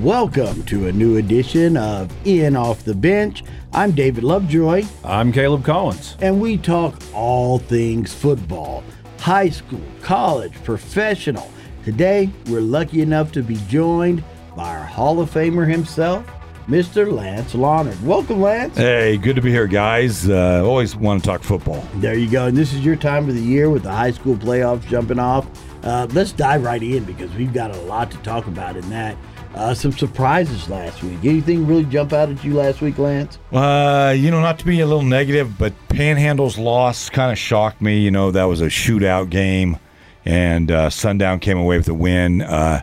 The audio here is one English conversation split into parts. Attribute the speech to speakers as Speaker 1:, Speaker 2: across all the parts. Speaker 1: Welcome to a new edition of In Off the Bench. I'm David Lovejoy,
Speaker 2: I'm Caleb Collins.
Speaker 1: and we talk all things football high school, college, professional. Today, we're lucky enough to be joined by our Hall of Famer himself, Mr. Lance Lawnard. Welcome, Lance.
Speaker 2: Hey, good to be here, guys. Uh, always want to talk football.
Speaker 1: There you go. And this is your time of the year with the high school playoffs jumping off. Uh, let's dive right in because we've got a lot to talk about in that. Uh, some surprises last week. Anything really jump out at you last week, Lance?
Speaker 2: Uh, you know, not to be a little negative, but Panhandle's loss kind of shocked me. You know, that was a shootout game, and uh, Sundown came away with a win. Uh,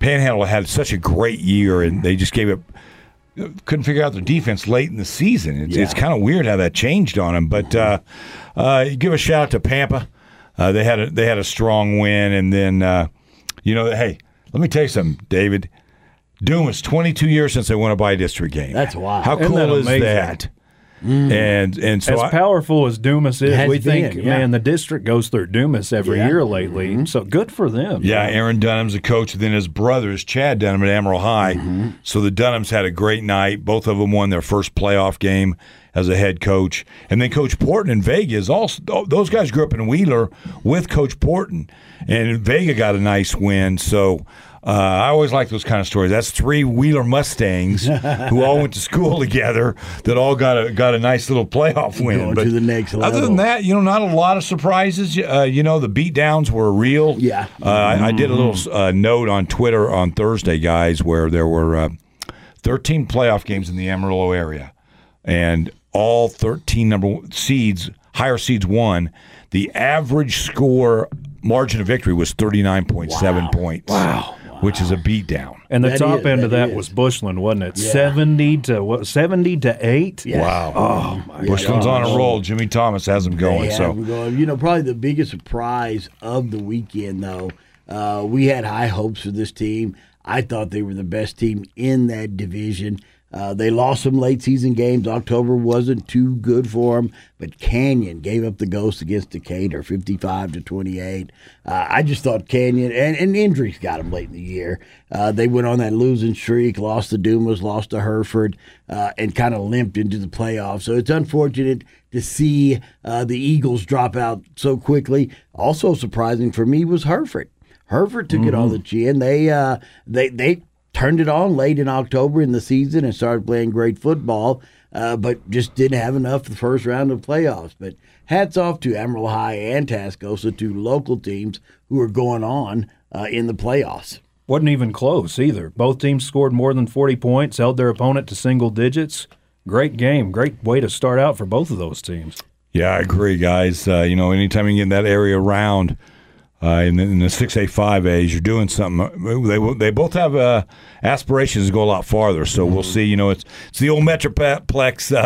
Speaker 2: Panhandle had such a great year, and they just gave it. Couldn't figure out their defense late in the season. It's, it's
Speaker 1: Yeah.
Speaker 2: kind of weird how that changed on them. But uh, uh, give a shout out to Pampa. Uh, they had a, they had a strong win, and then uh, you know, hey, let me tell you something, David. Doom was 22 years since they won a by district game.
Speaker 1: That's wild.
Speaker 2: How
Speaker 1: Isn't Mm.
Speaker 2: cool
Speaker 3: that
Speaker 2: is
Speaker 3: amazing?
Speaker 2: that? And and so
Speaker 3: as
Speaker 2: I,
Speaker 3: powerful as Dumas
Speaker 1: Has
Speaker 3: is, we
Speaker 1: been,
Speaker 3: think,
Speaker 1: yeah.
Speaker 3: man, the district goes through Dumas every
Speaker 1: Yeah. Mm-hmm.
Speaker 3: year lately. So good for them.
Speaker 2: yeah, Aaron Dunham's the coach. Then his brother is Chad Dunham at Amarillo High.
Speaker 1: Mm-hmm.
Speaker 2: So the Dunhams had a great night. Both of them won their first playoff game as a head coach. And then Coach Porton in Vega is also th- those guys grew up in Wheeler with Coach Porton, and Vega got a nice win. So. Uh, I always like those kind of stories. That's three Wheeler Mustangs who all went to school together that all got a got a nice little playoff win.
Speaker 1: Going to the next
Speaker 2: Other
Speaker 1: level.
Speaker 2: than that, you know, not a lot of surprises. Uh, you know, the beatdowns were real.
Speaker 1: Yeah.
Speaker 2: Uh, I I did a little uh, note on Twitter on Thursday, guys, where there were uh, 13 playoff games in the Amarillo area, and all 13 number one seeds, higher seeds, won. The average score margin of victory was 39.7 points. Wow. Which is a beatdown.
Speaker 3: And the
Speaker 1: That
Speaker 3: top
Speaker 1: is-
Speaker 3: end of
Speaker 1: that
Speaker 3: that
Speaker 1: is.
Speaker 3: was Bushland, wasn't it? 70 to what? 70 to 8?
Speaker 1: Yeah.
Speaker 2: Wow. Oh,
Speaker 1: my
Speaker 2: Bushland's on a roll. Jimmy Thomas has them going.
Speaker 1: Yeah,
Speaker 2: so
Speaker 1: we're going- you know, probably the biggest surprise of the weekend, though. Uh, we had high hopes for this team. I thought they were the best team in that division. Uh, they lost some late season games. October wasn't too good for them, but Canyon gave up the ghost against Decatur, fifty-five to twenty-eight. Uh, I just thought Canyon and, and injuries got them late in the year. Uh, they went on that losing streak, lost to Dumas, lost to Hereford, uh, and kind of limped into the playoffs. So it's unfortunate to see uh, the Eagles drop out so quickly. Also surprising for me was Hereford. Hereford took it on
Speaker 2: Mm-hmm.
Speaker 1: the chin. They uh, they they turned it on late in October in the season and started playing great football, uh, but just didn't have enough the first round of playoffs. But hats off to Amarillo High and Tascosa, two local teams who are going on uh, in the playoffs.
Speaker 3: Wasn't even close either. Both teams scored more than 40 points, held their opponent to single digits. Great game. Great way to start out for both of those teams.
Speaker 2: Yeah, I agree, guys. Uh, you know, anytime you get in that area around uh, in, the, in the 6A, 5As, you're doing something. They will- they both have uh, aspirations to go a lot farther. So we'll see. You know, it's it's the old Metroplex, uh,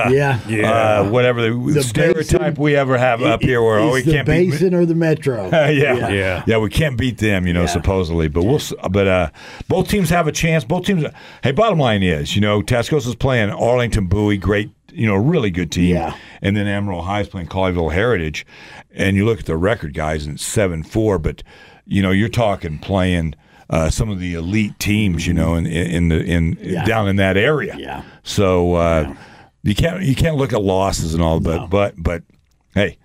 Speaker 1: Mm-hmm. Yeah.
Speaker 2: yeah. Uh, whatever the,
Speaker 1: The
Speaker 2: stereotype
Speaker 1: basin-
Speaker 2: we ever have up here where oh,
Speaker 1: Is
Speaker 2: we
Speaker 1: the
Speaker 2: can't beat
Speaker 1: basin or the metro.
Speaker 2: yeah.
Speaker 3: Yeah.
Speaker 2: we can't beat them, you know, supposedly. But we'll, s- but uh, both teams have a chance. Both teams. Hey, bottom line is, you know, Tascosa's playing Arlington Bowie, great, you know, really good team.
Speaker 1: Yeah.
Speaker 2: And then Amarillo High's playing Colleyville Heritage, and you look at the record, guys, and it's seven four. But you know, you're talking playing. Uh, some of the elite teams, you know, in in in the in down in that area.
Speaker 1: Yeah.
Speaker 2: So uh, you can't you can't look at losses and all, but but but hey,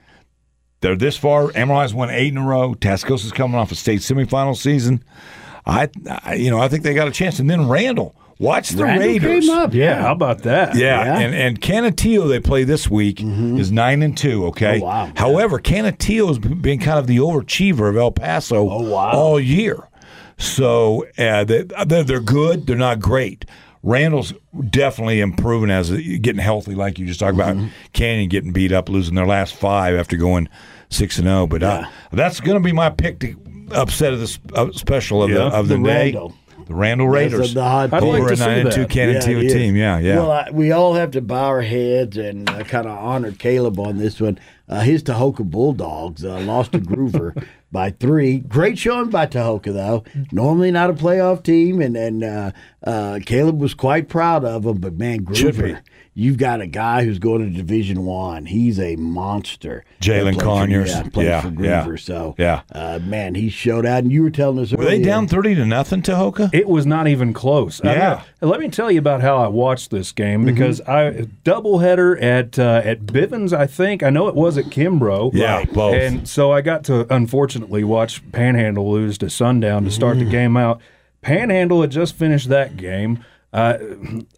Speaker 2: they're this far. Amarillo has won eight in a row. Tascosa's coming off a state semifinal season. I, I you know, I think they got a chance. And then Randall, watch the
Speaker 1: Randall
Speaker 2: Raiders.
Speaker 1: came up.
Speaker 3: Yeah, how about that?
Speaker 2: Yeah,
Speaker 1: Yeah. Mm-hmm.
Speaker 2: and and Canatillo they play this week is nine and two. Okay.
Speaker 1: Oh, wow.
Speaker 2: However, Canatillo has been kind of the overachiever of El Paso
Speaker 1: Oh, wow.
Speaker 2: all year. So uh, they, they're, they're good. They're not great. Randall's definitely improving as a- getting healthy, like you just talked
Speaker 1: Mm-hmm.
Speaker 2: about. Canyon getting beat up, losing their last five after going six and zero. But uh, that's going to be my pick to upset of the sp- uh, special of the
Speaker 3: Yeah.
Speaker 2: of the,
Speaker 1: The
Speaker 2: day.
Speaker 1: Randall.
Speaker 2: The Randall
Speaker 1: Yes,
Speaker 2: Raiders.
Speaker 1: of the hot
Speaker 3: I'd
Speaker 1: take.
Speaker 3: like
Speaker 2: over
Speaker 3: to
Speaker 2: a
Speaker 3: see
Speaker 2: nine and two
Speaker 3: that.
Speaker 2: Canatillo
Speaker 1: it is.
Speaker 2: team. Yeah, yeah.
Speaker 1: Well, I, we all have to bow our heads and uh, kind of honor Caleb on this one. Uh, his Tahoka Bulldogs uh, lost to Groover by three. Great showing by Tahoka, though. Normally not a playoff team, and and uh, uh, Caleb was quite proud of them. But man,
Speaker 2: Should be.
Speaker 1: Gruber, you've got a guy who's going to Division One. He's a monster.
Speaker 2: Jalen
Speaker 1: Played for-
Speaker 2: Conyers.
Speaker 1: yeah, played
Speaker 2: Yeah,
Speaker 1: for
Speaker 2: yeah,
Speaker 1: Gruber. So
Speaker 2: yeah.
Speaker 1: uh, man, he showed out. And you were telling us
Speaker 2: Were they down thirty to nothing, Tahoka?
Speaker 3: It was not even close. I-
Speaker 2: Yeah. Mm-hmm.
Speaker 3: let me tell you about how I watched this game because I doubleheader at uh, at Bivens, I think. I know it was at Kimbrough.
Speaker 2: Yeah, Right. both.
Speaker 3: And so I got to unfortunately watch Panhandle lose to Sundown to start the
Speaker 2: Mm-hmm.
Speaker 3: game out. Panhandle had just finished that game. Uh,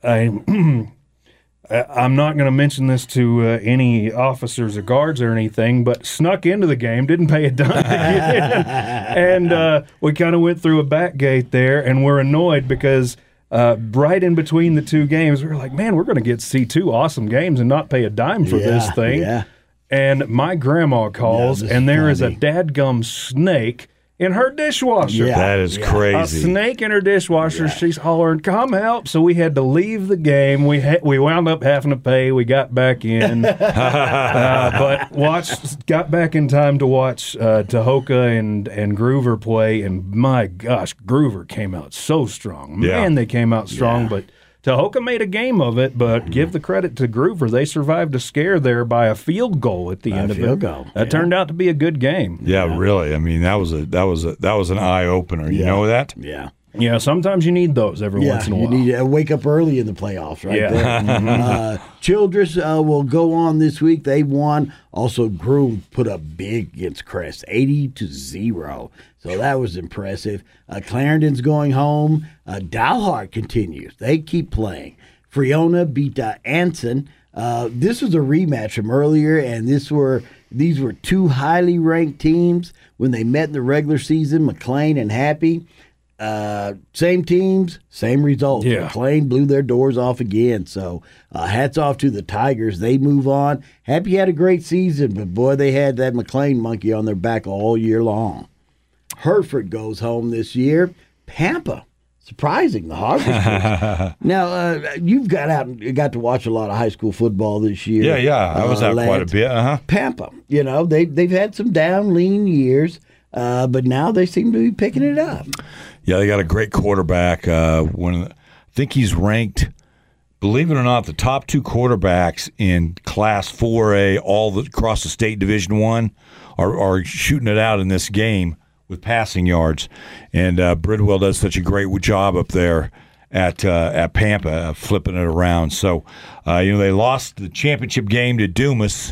Speaker 3: I. I- I'm not going to mention this to uh, any officers or guards or anything, but snuck into the game, didn't pay a dime, to get in. and uh, we kind of went through a back gate there, and we're annoyed because uh, right in between the two games, we were like, "Man, we're going to get to see two awesome games and not pay a dime for this
Speaker 1: Yeah,
Speaker 3: thing."
Speaker 1: yeah.
Speaker 3: And my grandma calls,
Speaker 1: this
Speaker 3: and
Speaker 1: is
Speaker 3: there is
Speaker 1: funny.
Speaker 3: a dadgum snake in her dishwasher.
Speaker 1: Yeah.
Speaker 2: That is
Speaker 3: A
Speaker 2: crazy.
Speaker 3: snake in her dishwasher. She's hollering, "Come help!" So we had to leave the game. We ha- we wound up having to pay. We got back in, uh, but watched got back in time to watch uh, Tahoka and and Groover play. And my gosh, Groover came out so strong. Man,
Speaker 2: Yeah.
Speaker 3: they came out strong. But Tahoka made a game of it. But give the credit to Groover; they survived a scare there by a field goal at the end of
Speaker 1: field
Speaker 3: it.
Speaker 1: goal.
Speaker 3: That turned out to be a good game.
Speaker 2: Yeah, really. I mean, that was a that was a that was an eye opener. You know that?
Speaker 1: Yeah.
Speaker 3: Yeah, sometimes you need those every once in a
Speaker 1: you
Speaker 3: while.
Speaker 1: need to wake up early in the playoffs, right
Speaker 3: Yeah.
Speaker 1: there. uh, Childress uh, will go on this week. They won. Also, Groom put up big against Crest, eighty to zero. So that was impressive. Uh, Clarendon's going home. Uh, Dalhart continues. They keep playing. Friona beat uh, Anson. Uh, this was a rematch from earlier, and this were these were two highly ranked teams when they met in the regular season. McLean and Happy. Uh, same teams, same results.
Speaker 3: Yeah.
Speaker 1: McLean blew their doors off again. So uh, hats off to the Tigers. They move on. Happy had a great season, but boy, they had that McLean monkey on their back all year long. Hereford goes home this year. Pampa, surprising the Harvesters. now uh, you've got out, got to watch a lot of high school football this year.
Speaker 2: Yeah, yeah. I was
Speaker 1: uh,
Speaker 2: out quite a
Speaker 1: lads.
Speaker 2: bit. Uh huh.
Speaker 1: Pampa, you know they they've had some down lean years, uh, but now they seem to be picking it up.
Speaker 2: Yeah, they got a great quarterback. Uh, one, of the- I think he's ranked, believe it or not, the top two quarterbacks in Class Four A, all the, across the state Division One, are, are shooting it out in this game with passing yards. And uh, Bridwell does such a great job up there at uh, at Pampa, uh, flipping it around. So, uh, you know, they lost the championship game to Dumas.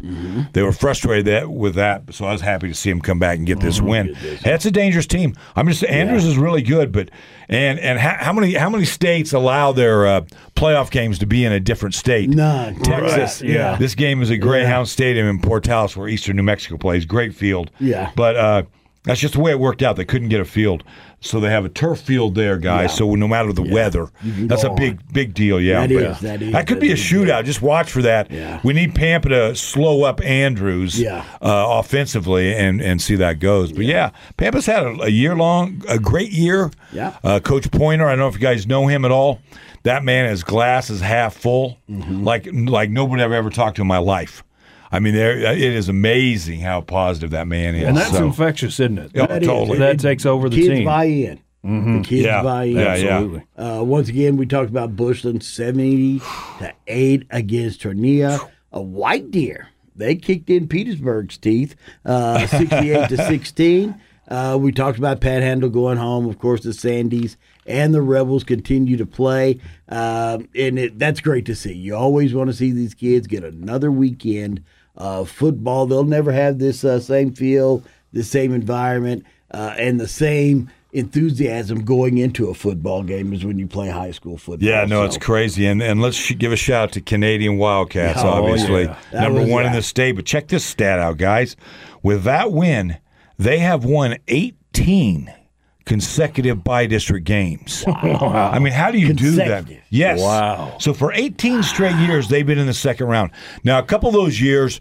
Speaker 2: They were frustrated that with that. So I was happy to see him come back and get this win. That's a dangerous team. I'm just Andrews is really good, but and and how, how many how many states allow their uh, playoff games to be in a different state?
Speaker 1: None.
Speaker 2: Texas.
Speaker 1: Right, yeah.
Speaker 2: This game is at Greyhound Stadium in Portales, where Eastern New Mexico plays. Great field.
Speaker 1: Yeah.
Speaker 2: But uh, that's just the way it worked out. They couldn't get a field, so they have a turf field there, guys. So no matter the weather,
Speaker 1: can
Speaker 2: that's a
Speaker 1: go
Speaker 2: big big deal. Yeah.
Speaker 1: That
Speaker 2: but-
Speaker 1: is, that is,
Speaker 2: could
Speaker 1: that
Speaker 2: be a
Speaker 1: is
Speaker 2: shootout. Just watch for that.
Speaker 1: Yeah.
Speaker 2: We need Pampa to slow up Andrews.
Speaker 1: Yeah.
Speaker 2: Uh, offensively and and see that goes. But yeah, Pampa's had a, a year long a great year.
Speaker 1: Yeah.
Speaker 2: Uh, Coach Pointer, I don't know if you guys know him at all. That man, his glass is half full, like like nobody I've ever talked to in my life. I mean, there it is amazing how positive that man is.
Speaker 3: And that's
Speaker 2: So-
Speaker 3: infectious, isn't it?
Speaker 2: Yeah, That is. totally. Mm-hmm.
Speaker 3: That takes over the
Speaker 1: kids
Speaker 3: team.
Speaker 1: buy in. The kids
Speaker 2: Yeah.
Speaker 1: buy in.
Speaker 2: Yeah, yeah.
Speaker 3: Absolutely.
Speaker 1: Uh, once again, we talked about Bushland seventy to eight against Tornilla. A White Deer they kicked in Petersburg's teeth, uh, sixty-eight to sixteen. Uh, we talked about Panhandle going home. Of course, the Sandies and the Rebels continue to play, um, and it, that's great to see. You always want to see these kids get another weekend of football. They'll never have this uh, same feel, the same environment, uh, and the same enthusiasm going into a football game as when you play high school football.
Speaker 2: Yeah, no, it's
Speaker 1: So,
Speaker 2: crazy. And and let's sh- give a shout out to Canadian Wildcats,
Speaker 3: Oh,
Speaker 2: obviously.
Speaker 3: yeah.
Speaker 1: That
Speaker 2: Number
Speaker 1: was-
Speaker 2: one in
Speaker 1: yeah.
Speaker 2: the state. But check this stat out, guys. With that win, they have won 18 consecutive by district games. I mean, how do you do that?
Speaker 1: Consecutive.
Speaker 2: Yes.
Speaker 3: Wow.
Speaker 2: So for 18 straight years, they've been in the second round. Now, a couple of those years,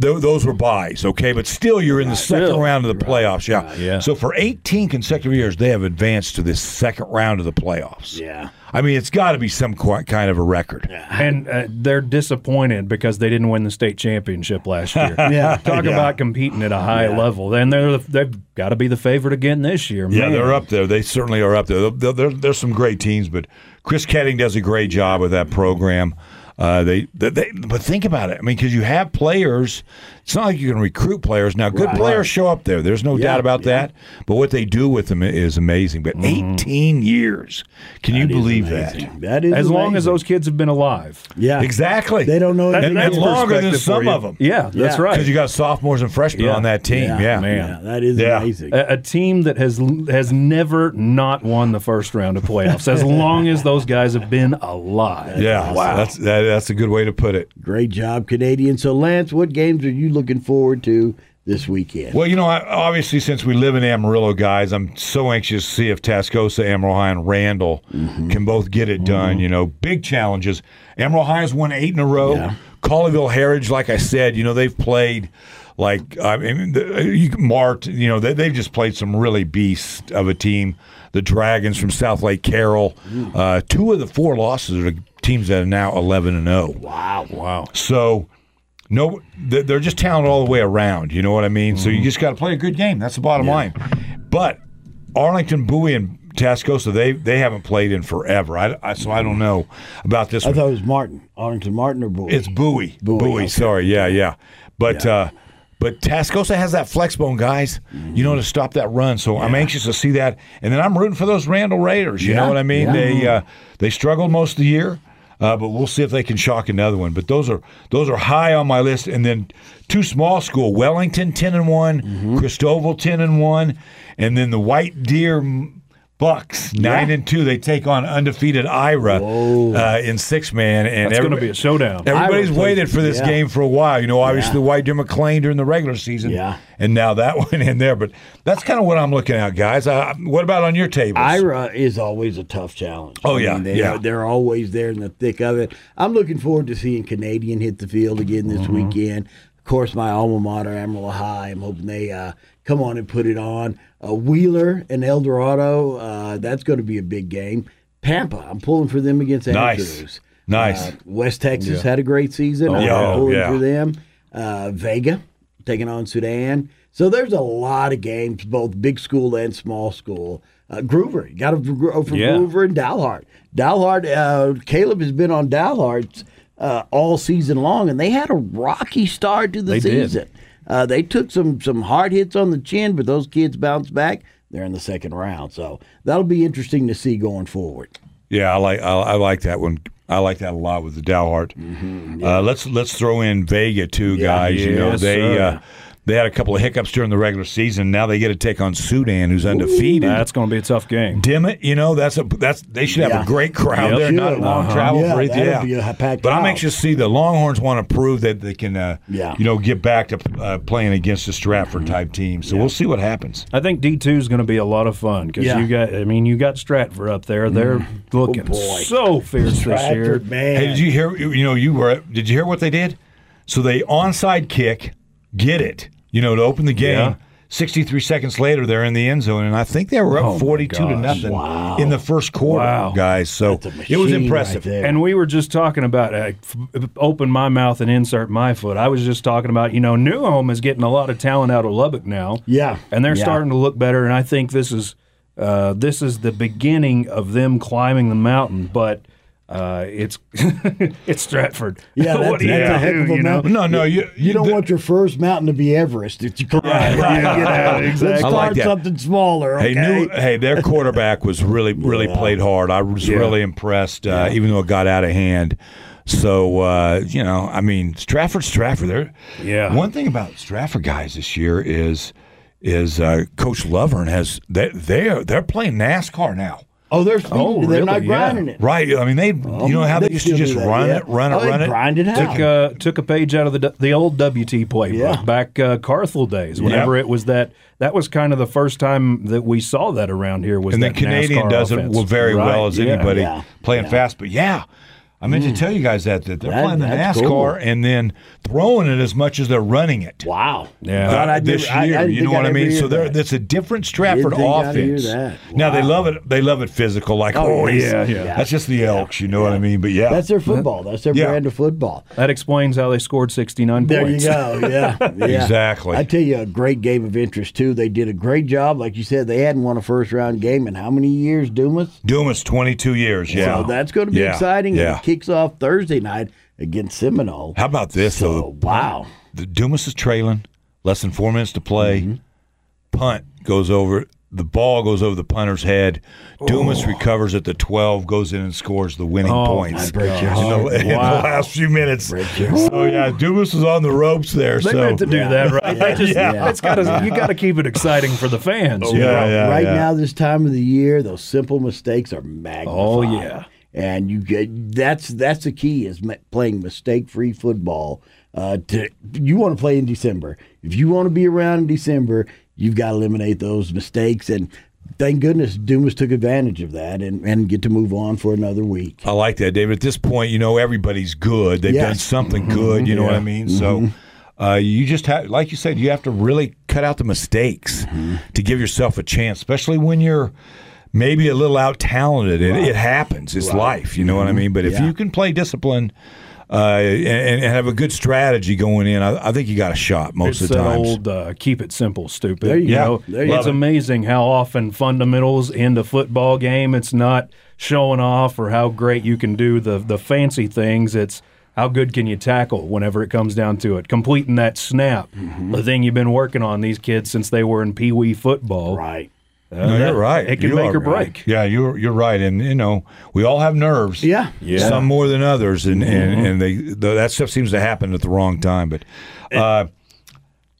Speaker 2: Th- those were buys, okay, but still you're in the second
Speaker 3: Still.
Speaker 2: round of the playoffs. Yeah.
Speaker 3: Yeah.
Speaker 2: So for 18 consecutive years, they have advanced to this second round of the playoffs.
Speaker 1: Yeah.
Speaker 2: I mean, it's got to be some qu- kind of a record.
Speaker 3: and uh, they're disappointed because they didn't win the state championship last year.
Speaker 1: Yeah.
Speaker 3: Talk about competing at a high level. Then they're the, they've got to be the favorite again this year.
Speaker 2: Yeah,
Speaker 3: Man.
Speaker 2: they're up there. They certainly are up there. There- there- There's some great teams, but Chris Ketting does a great job with that program. Uh, they, they, they, but think about it. I mean, because you have players. It's not like you can recruit players now. Good players show up there. There's no doubt about that. But what they do with them is amazing. But 18 years, can you believe that?
Speaker 1: That is
Speaker 3: As long as
Speaker 1: amazing.
Speaker 3: those kids have been alive.
Speaker 1: yeah
Speaker 2: Exactly.
Speaker 1: They don't know anything
Speaker 2: And, and
Speaker 1: else.
Speaker 2: longer than
Speaker 3: Perspective for
Speaker 2: some
Speaker 3: you.
Speaker 2: of them.
Speaker 3: Yeah, that's
Speaker 1: Yeah.
Speaker 3: right.
Speaker 2: because you got sophomores and freshmen
Speaker 3: Yeah.
Speaker 2: on that team. Yeah,
Speaker 1: Yeah, that is
Speaker 2: Yeah.
Speaker 1: amazing.
Speaker 3: a, a team that has has never not won the first round of playoffs as long as those guys have been alive.
Speaker 2: Yeah, wow. That's that, that's a good way to put it.
Speaker 1: Great job, Canadian. So, Lance, what games are you looking forward to this weekend?
Speaker 2: Well, you know, I, obviously, since we live in Amarillo, guys, I'm so anxious to see if Tascosa, Amarillo High, and Randall can both get it done. You know, big challenges. Amarillo High has won eight in a row. Colleyville Heritage, like I said, you know, they've played like I mean, the, you, Mart. You know, they, they've just played some really beast of a team. The Dragons from South Lake Carroll. Uh, two of the four losses are to teams that are now 11 and oh. 0.
Speaker 1: Wow.
Speaker 3: Wow.
Speaker 2: So, no, they're they're just talented all the way around. You know what I mean? So you just got to play a good game. That's the bottom line. But Arlington, Bowie, and Tascosa, they they haven't played in forever. I, I- so I don't know about this
Speaker 1: I
Speaker 2: one.
Speaker 1: thought it was Martin, Arlington Martin or Boy.
Speaker 2: It's Bowie.
Speaker 1: Bowie,
Speaker 2: Bowie.
Speaker 1: okay.
Speaker 2: Sorry. Yeah. Yeah. But. Uh, but Tascosa has that flexbone, guys. You know to stop that run. So I'm anxious to see that, and then I'm rooting for those Randall Raiders. You
Speaker 1: Yeah,
Speaker 2: know what I mean?
Speaker 1: yeah.
Speaker 2: They uh, they struggled most of the year, uh, but we'll see if they can shock another one. But those are those are high on my list. And then two small school: Wellington ten and one, Cristoval ten and one, and then the White Deer Bucks nine and two. They take on undefeated Ira uh, in six man, and
Speaker 3: That's going to
Speaker 2: everybody-
Speaker 3: be a showdown.
Speaker 2: Everybody's
Speaker 1: Iowa plays-
Speaker 2: waited for this
Speaker 1: yeah.
Speaker 2: game for a while. You know, obviously the White Deer McLean during the regular season,
Speaker 1: Yeah.
Speaker 2: and now that one in there. But that's kind of what I'm looking at, guys. Uh, what about on your tables?
Speaker 1: Ira is always a tough challenge.
Speaker 2: Oh, yeah,
Speaker 1: they,
Speaker 2: yeah.
Speaker 1: They're always there in the thick of it. I'm looking forward to seeing Canadian hit the field again this
Speaker 2: Mm-hmm.
Speaker 1: weekend. Of course, my alma mater, Amarillo High. I'm hoping they uh, come on and put it on. Uh, Wheeler and El Dorado. Uh, that's going to be a big game. Pampa. I'm pulling for them against
Speaker 2: Nice.
Speaker 1: Andrews.
Speaker 2: Nice. Oh,
Speaker 1: Uh, West Texas had a great season. I'm
Speaker 2: yeah.
Speaker 1: pulling
Speaker 2: Yeah.
Speaker 1: for them. Uh, Vega taking on Sudan. So there's a lot of games, both big school and small school. Uh, Groover, you got to go for
Speaker 3: Yeah.
Speaker 1: Groover and Dalhart. Dalhart, uh, Caleb has been on Dalhart uh, all season long, and they had a rocky start to the
Speaker 3: They did.
Speaker 1: season. Uh, they took some some hard hits on the chin, but those kids bounced back. They're in the second round, so that'll be interesting to see going forward.
Speaker 2: Yeah, I like I, I like that one. I like that a lot with the Dowhart.
Speaker 1: Mm-hmm,
Speaker 2: uh, let's let's throw in Vega too, guys. you know
Speaker 3: Yes,
Speaker 2: they
Speaker 3: sir.
Speaker 2: uh, they had a couple of hiccups during the regular season. Now they get to take on Sudan, who's undefeated.
Speaker 3: That's going to be a tough game.
Speaker 2: Dimmitt, you know that's a that's they should have
Speaker 1: Yeah.
Speaker 2: a great crowd
Speaker 3: Yep.
Speaker 2: there. Not a
Speaker 1: Should.
Speaker 2: long
Speaker 1: Uh-huh.
Speaker 2: travel
Speaker 1: Yeah,
Speaker 2: for it.
Speaker 1: that'll
Speaker 2: Yeah,
Speaker 1: be a packed
Speaker 2: but I'm
Speaker 1: crowd.
Speaker 2: anxious to see the Longhorns want to prove that they can, uh,
Speaker 1: Yeah. Mm-hmm.
Speaker 2: you know, get back to uh, playing against a Stratford type team. So we'll see what happens.
Speaker 3: I think D two is going to be a lot of fun because
Speaker 1: Yeah. Mm. Oh,
Speaker 3: you got. I mean, you got Stratford up there. They're looking
Speaker 1: boy.
Speaker 3: so fierce this year.
Speaker 1: Bradford, man.
Speaker 2: Hey, did you hear? You know, you were. Did you hear what they did? So they onside kick, get it. You know, to open the game.
Speaker 3: Yeah.
Speaker 2: 63 seconds later, they're in the end zone, and I think they were up
Speaker 3: Oh, my
Speaker 2: 42 to
Speaker 3: gosh.
Speaker 2: nothing in the first quarter,
Speaker 3: Wow.
Speaker 2: guys. So
Speaker 1: It's a
Speaker 2: it was
Speaker 1: machine
Speaker 2: impressive.
Speaker 1: right there.
Speaker 3: And we were just talking about uh, f- open my mouth and insert my foot. I was just talking about you know Newhome is getting a lot of talent out of Lubbock now.
Speaker 1: Yeah.
Speaker 3: and they're
Speaker 1: Yeah.
Speaker 3: starting to look better. And I think this is uh, this is the beginning of them climbing the mountain. But uh, it's it's Stratford.
Speaker 1: Yeah, that's,
Speaker 3: what do you
Speaker 1: that's a heck
Speaker 3: do,
Speaker 1: of a
Speaker 3: you know?
Speaker 1: mountain.
Speaker 2: No, no, you-
Speaker 1: you don't
Speaker 2: the-
Speaker 1: want your first mountain to be Everest. It's correct. You know,
Speaker 3: exactly.
Speaker 1: Let's
Speaker 2: I
Speaker 1: start
Speaker 2: like that.
Speaker 1: something smaller. Okay?
Speaker 2: Hey, new, hey, their quarterback was really, really played hard. I was really impressed, uh, even though it got out of hand. So uh, you know, I mean, Stratford, Stratford. They're,
Speaker 3: Yeah.
Speaker 2: One thing about Stratford guys this year is is uh, Coach Lovern has they they're they're playing NASCAR now.
Speaker 1: oh, they're speeding.
Speaker 3: Oh,
Speaker 1: they're not
Speaker 3: really? Yeah.
Speaker 1: grinding it.
Speaker 2: Right, I mean they. you know how they,
Speaker 1: Oh, They
Speaker 2: used to
Speaker 1: still
Speaker 2: just
Speaker 1: do that,
Speaker 2: run
Speaker 1: yeah.
Speaker 2: it, run it,
Speaker 1: Oh, they
Speaker 2: run it.
Speaker 1: grind it out.
Speaker 3: Took, uh, took a page out of the the old WT playbook
Speaker 1: Yeah.
Speaker 3: back uh, Carthel days. Whenever it was that, that was kind of the first time that we saw that around here. Was
Speaker 2: and
Speaker 3: that
Speaker 2: then Canadian
Speaker 3: NASCAR
Speaker 2: does
Speaker 3: offense.
Speaker 2: it well, very
Speaker 3: Right,
Speaker 2: well as
Speaker 3: yeah.
Speaker 2: anybody
Speaker 1: Yeah. Mm.
Speaker 2: playing fast. But yeah, I meant to tell you guys that that they're
Speaker 1: That-
Speaker 2: playing the
Speaker 1: that's
Speaker 2: NASCAR
Speaker 1: cool.
Speaker 2: and then throwing it as much as they're running it.
Speaker 1: Wow.
Speaker 3: Yeah.
Speaker 1: God, I
Speaker 2: this
Speaker 1: never- I- I
Speaker 2: year,
Speaker 1: didn't
Speaker 2: you know
Speaker 1: think I'd
Speaker 2: what I
Speaker 1: ever
Speaker 2: mean.
Speaker 1: hear
Speaker 2: So there,
Speaker 1: that.
Speaker 2: that's a different Stratford
Speaker 1: think I'd hear
Speaker 2: offense.
Speaker 1: that.
Speaker 2: Now they
Speaker 1: Wow.
Speaker 2: love it. They love it physical, like
Speaker 1: Oh,
Speaker 2: oh,
Speaker 1: yes.
Speaker 2: yeah,
Speaker 3: Yeah,
Speaker 2: yeah,
Speaker 3: yeah.
Speaker 2: That's just the Elks, you know what I mean. But yeah,
Speaker 1: That's their football. That's their
Speaker 2: Yeah.
Speaker 1: brand of football.
Speaker 3: That explains how they scored 69
Speaker 1: There
Speaker 3: points.
Speaker 1: you go. Yeah, yeah.
Speaker 2: Exactly.
Speaker 1: I tell you, a great game of interest too. They did a great job, like you said. They hadn't won a first round game in how many years, Dumas?
Speaker 2: Dumas twenty two years. Yeah,
Speaker 1: So that's going to be
Speaker 2: Yeah,
Speaker 1: exciting.
Speaker 2: Yeah.
Speaker 1: It kicks off Thursday night against Seminole.
Speaker 2: How about this
Speaker 1: So
Speaker 2: though?
Speaker 1: wow,
Speaker 2: The Dumas is trailing, less than four minutes to play.
Speaker 3: Mm-hmm.
Speaker 2: Punt goes over. The ball goes over the punter's head. Dumas recovers at the twelve, goes in and scores the winning
Speaker 3: Oh,
Speaker 1: I
Speaker 2: points.
Speaker 1: break your
Speaker 2: In the,
Speaker 1: heart.
Speaker 2: in the
Speaker 1: wow.
Speaker 2: last few minutes.
Speaker 1: Break your
Speaker 2: So yeah, Dumas is on the ropes there.
Speaker 3: They
Speaker 2: so
Speaker 3: meant to do that, right? They just,
Speaker 1: Yeah.
Speaker 3: It's gotta, you got to keep it exciting for the fans. you know?
Speaker 2: Oh, yeah, yeah,
Speaker 1: right
Speaker 2: yeah.
Speaker 1: now, this time of the year, those simple mistakes are magnified.
Speaker 3: Oh, yeah.
Speaker 1: and you get that's that's the key is ma- playing mistake free football. Uh, to you want to play in December. If you want to be around in December, you've got to eliminate those mistakes. And thank goodness Dumas took advantage of that and and get to move on for another week.
Speaker 2: I like that, David. At this point, you know everybody's good. They've
Speaker 1: Yes.
Speaker 2: done something
Speaker 3: Mm-hmm.
Speaker 2: good. You know what I mean. So, uh, you just have, like you said, you have to really cut out the mistakes
Speaker 3: Mm-hmm.
Speaker 2: to give yourself a chance, especially when you're maybe a little out talented. It, it happens. It's life. You know
Speaker 3: Mm-hmm.
Speaker 2: what I mean. But if
Speaker 1: Yeah.
Speaker 2: you can play discipline uh, and, and have a good strategy going in, I, I think you got a shot most
Speaker 3: It's
Speaker 2: of the
Speaker 3: that
Speaker 2: time.
Speaker 3: old uh, keep it simple, stupid.
Speaker 1: There you
Speaker 2: go.
Speaker 3: know?
Speaker 1: There you
Speaker 3: it's
Speaker 1: go.
Speaker 3: amazing how often fundamentals in the football game, it's not showing off or how great you can do the, the fancy things. It's how good can you tackle whenever it comes down to it. Completing that snap,
Speaker 2: Mm-hmm.
Speaker 3: the thing you've been working on these kids since they were in Pee Wee football.
Speaker 1: Right.
Speaker 3: Uh,
Speaker 2: No,
Speaker 3: that-
Speaker 2: you're right.
Speaker 3: It can
Speaker 2: You
Speaker 3: make
Speaker 2: are
Speaker 3: or
Speaker 2: right.
Speaker 3: break.
Speaker 2: Yeah, you're you're right, and you know we all have nerves.
Speaker 1: Yeah. Yeah. Mm-hmm.
Speaker 2: Some more than others, and and, and they the, that stuff seems to happen at the wrong time. But uh,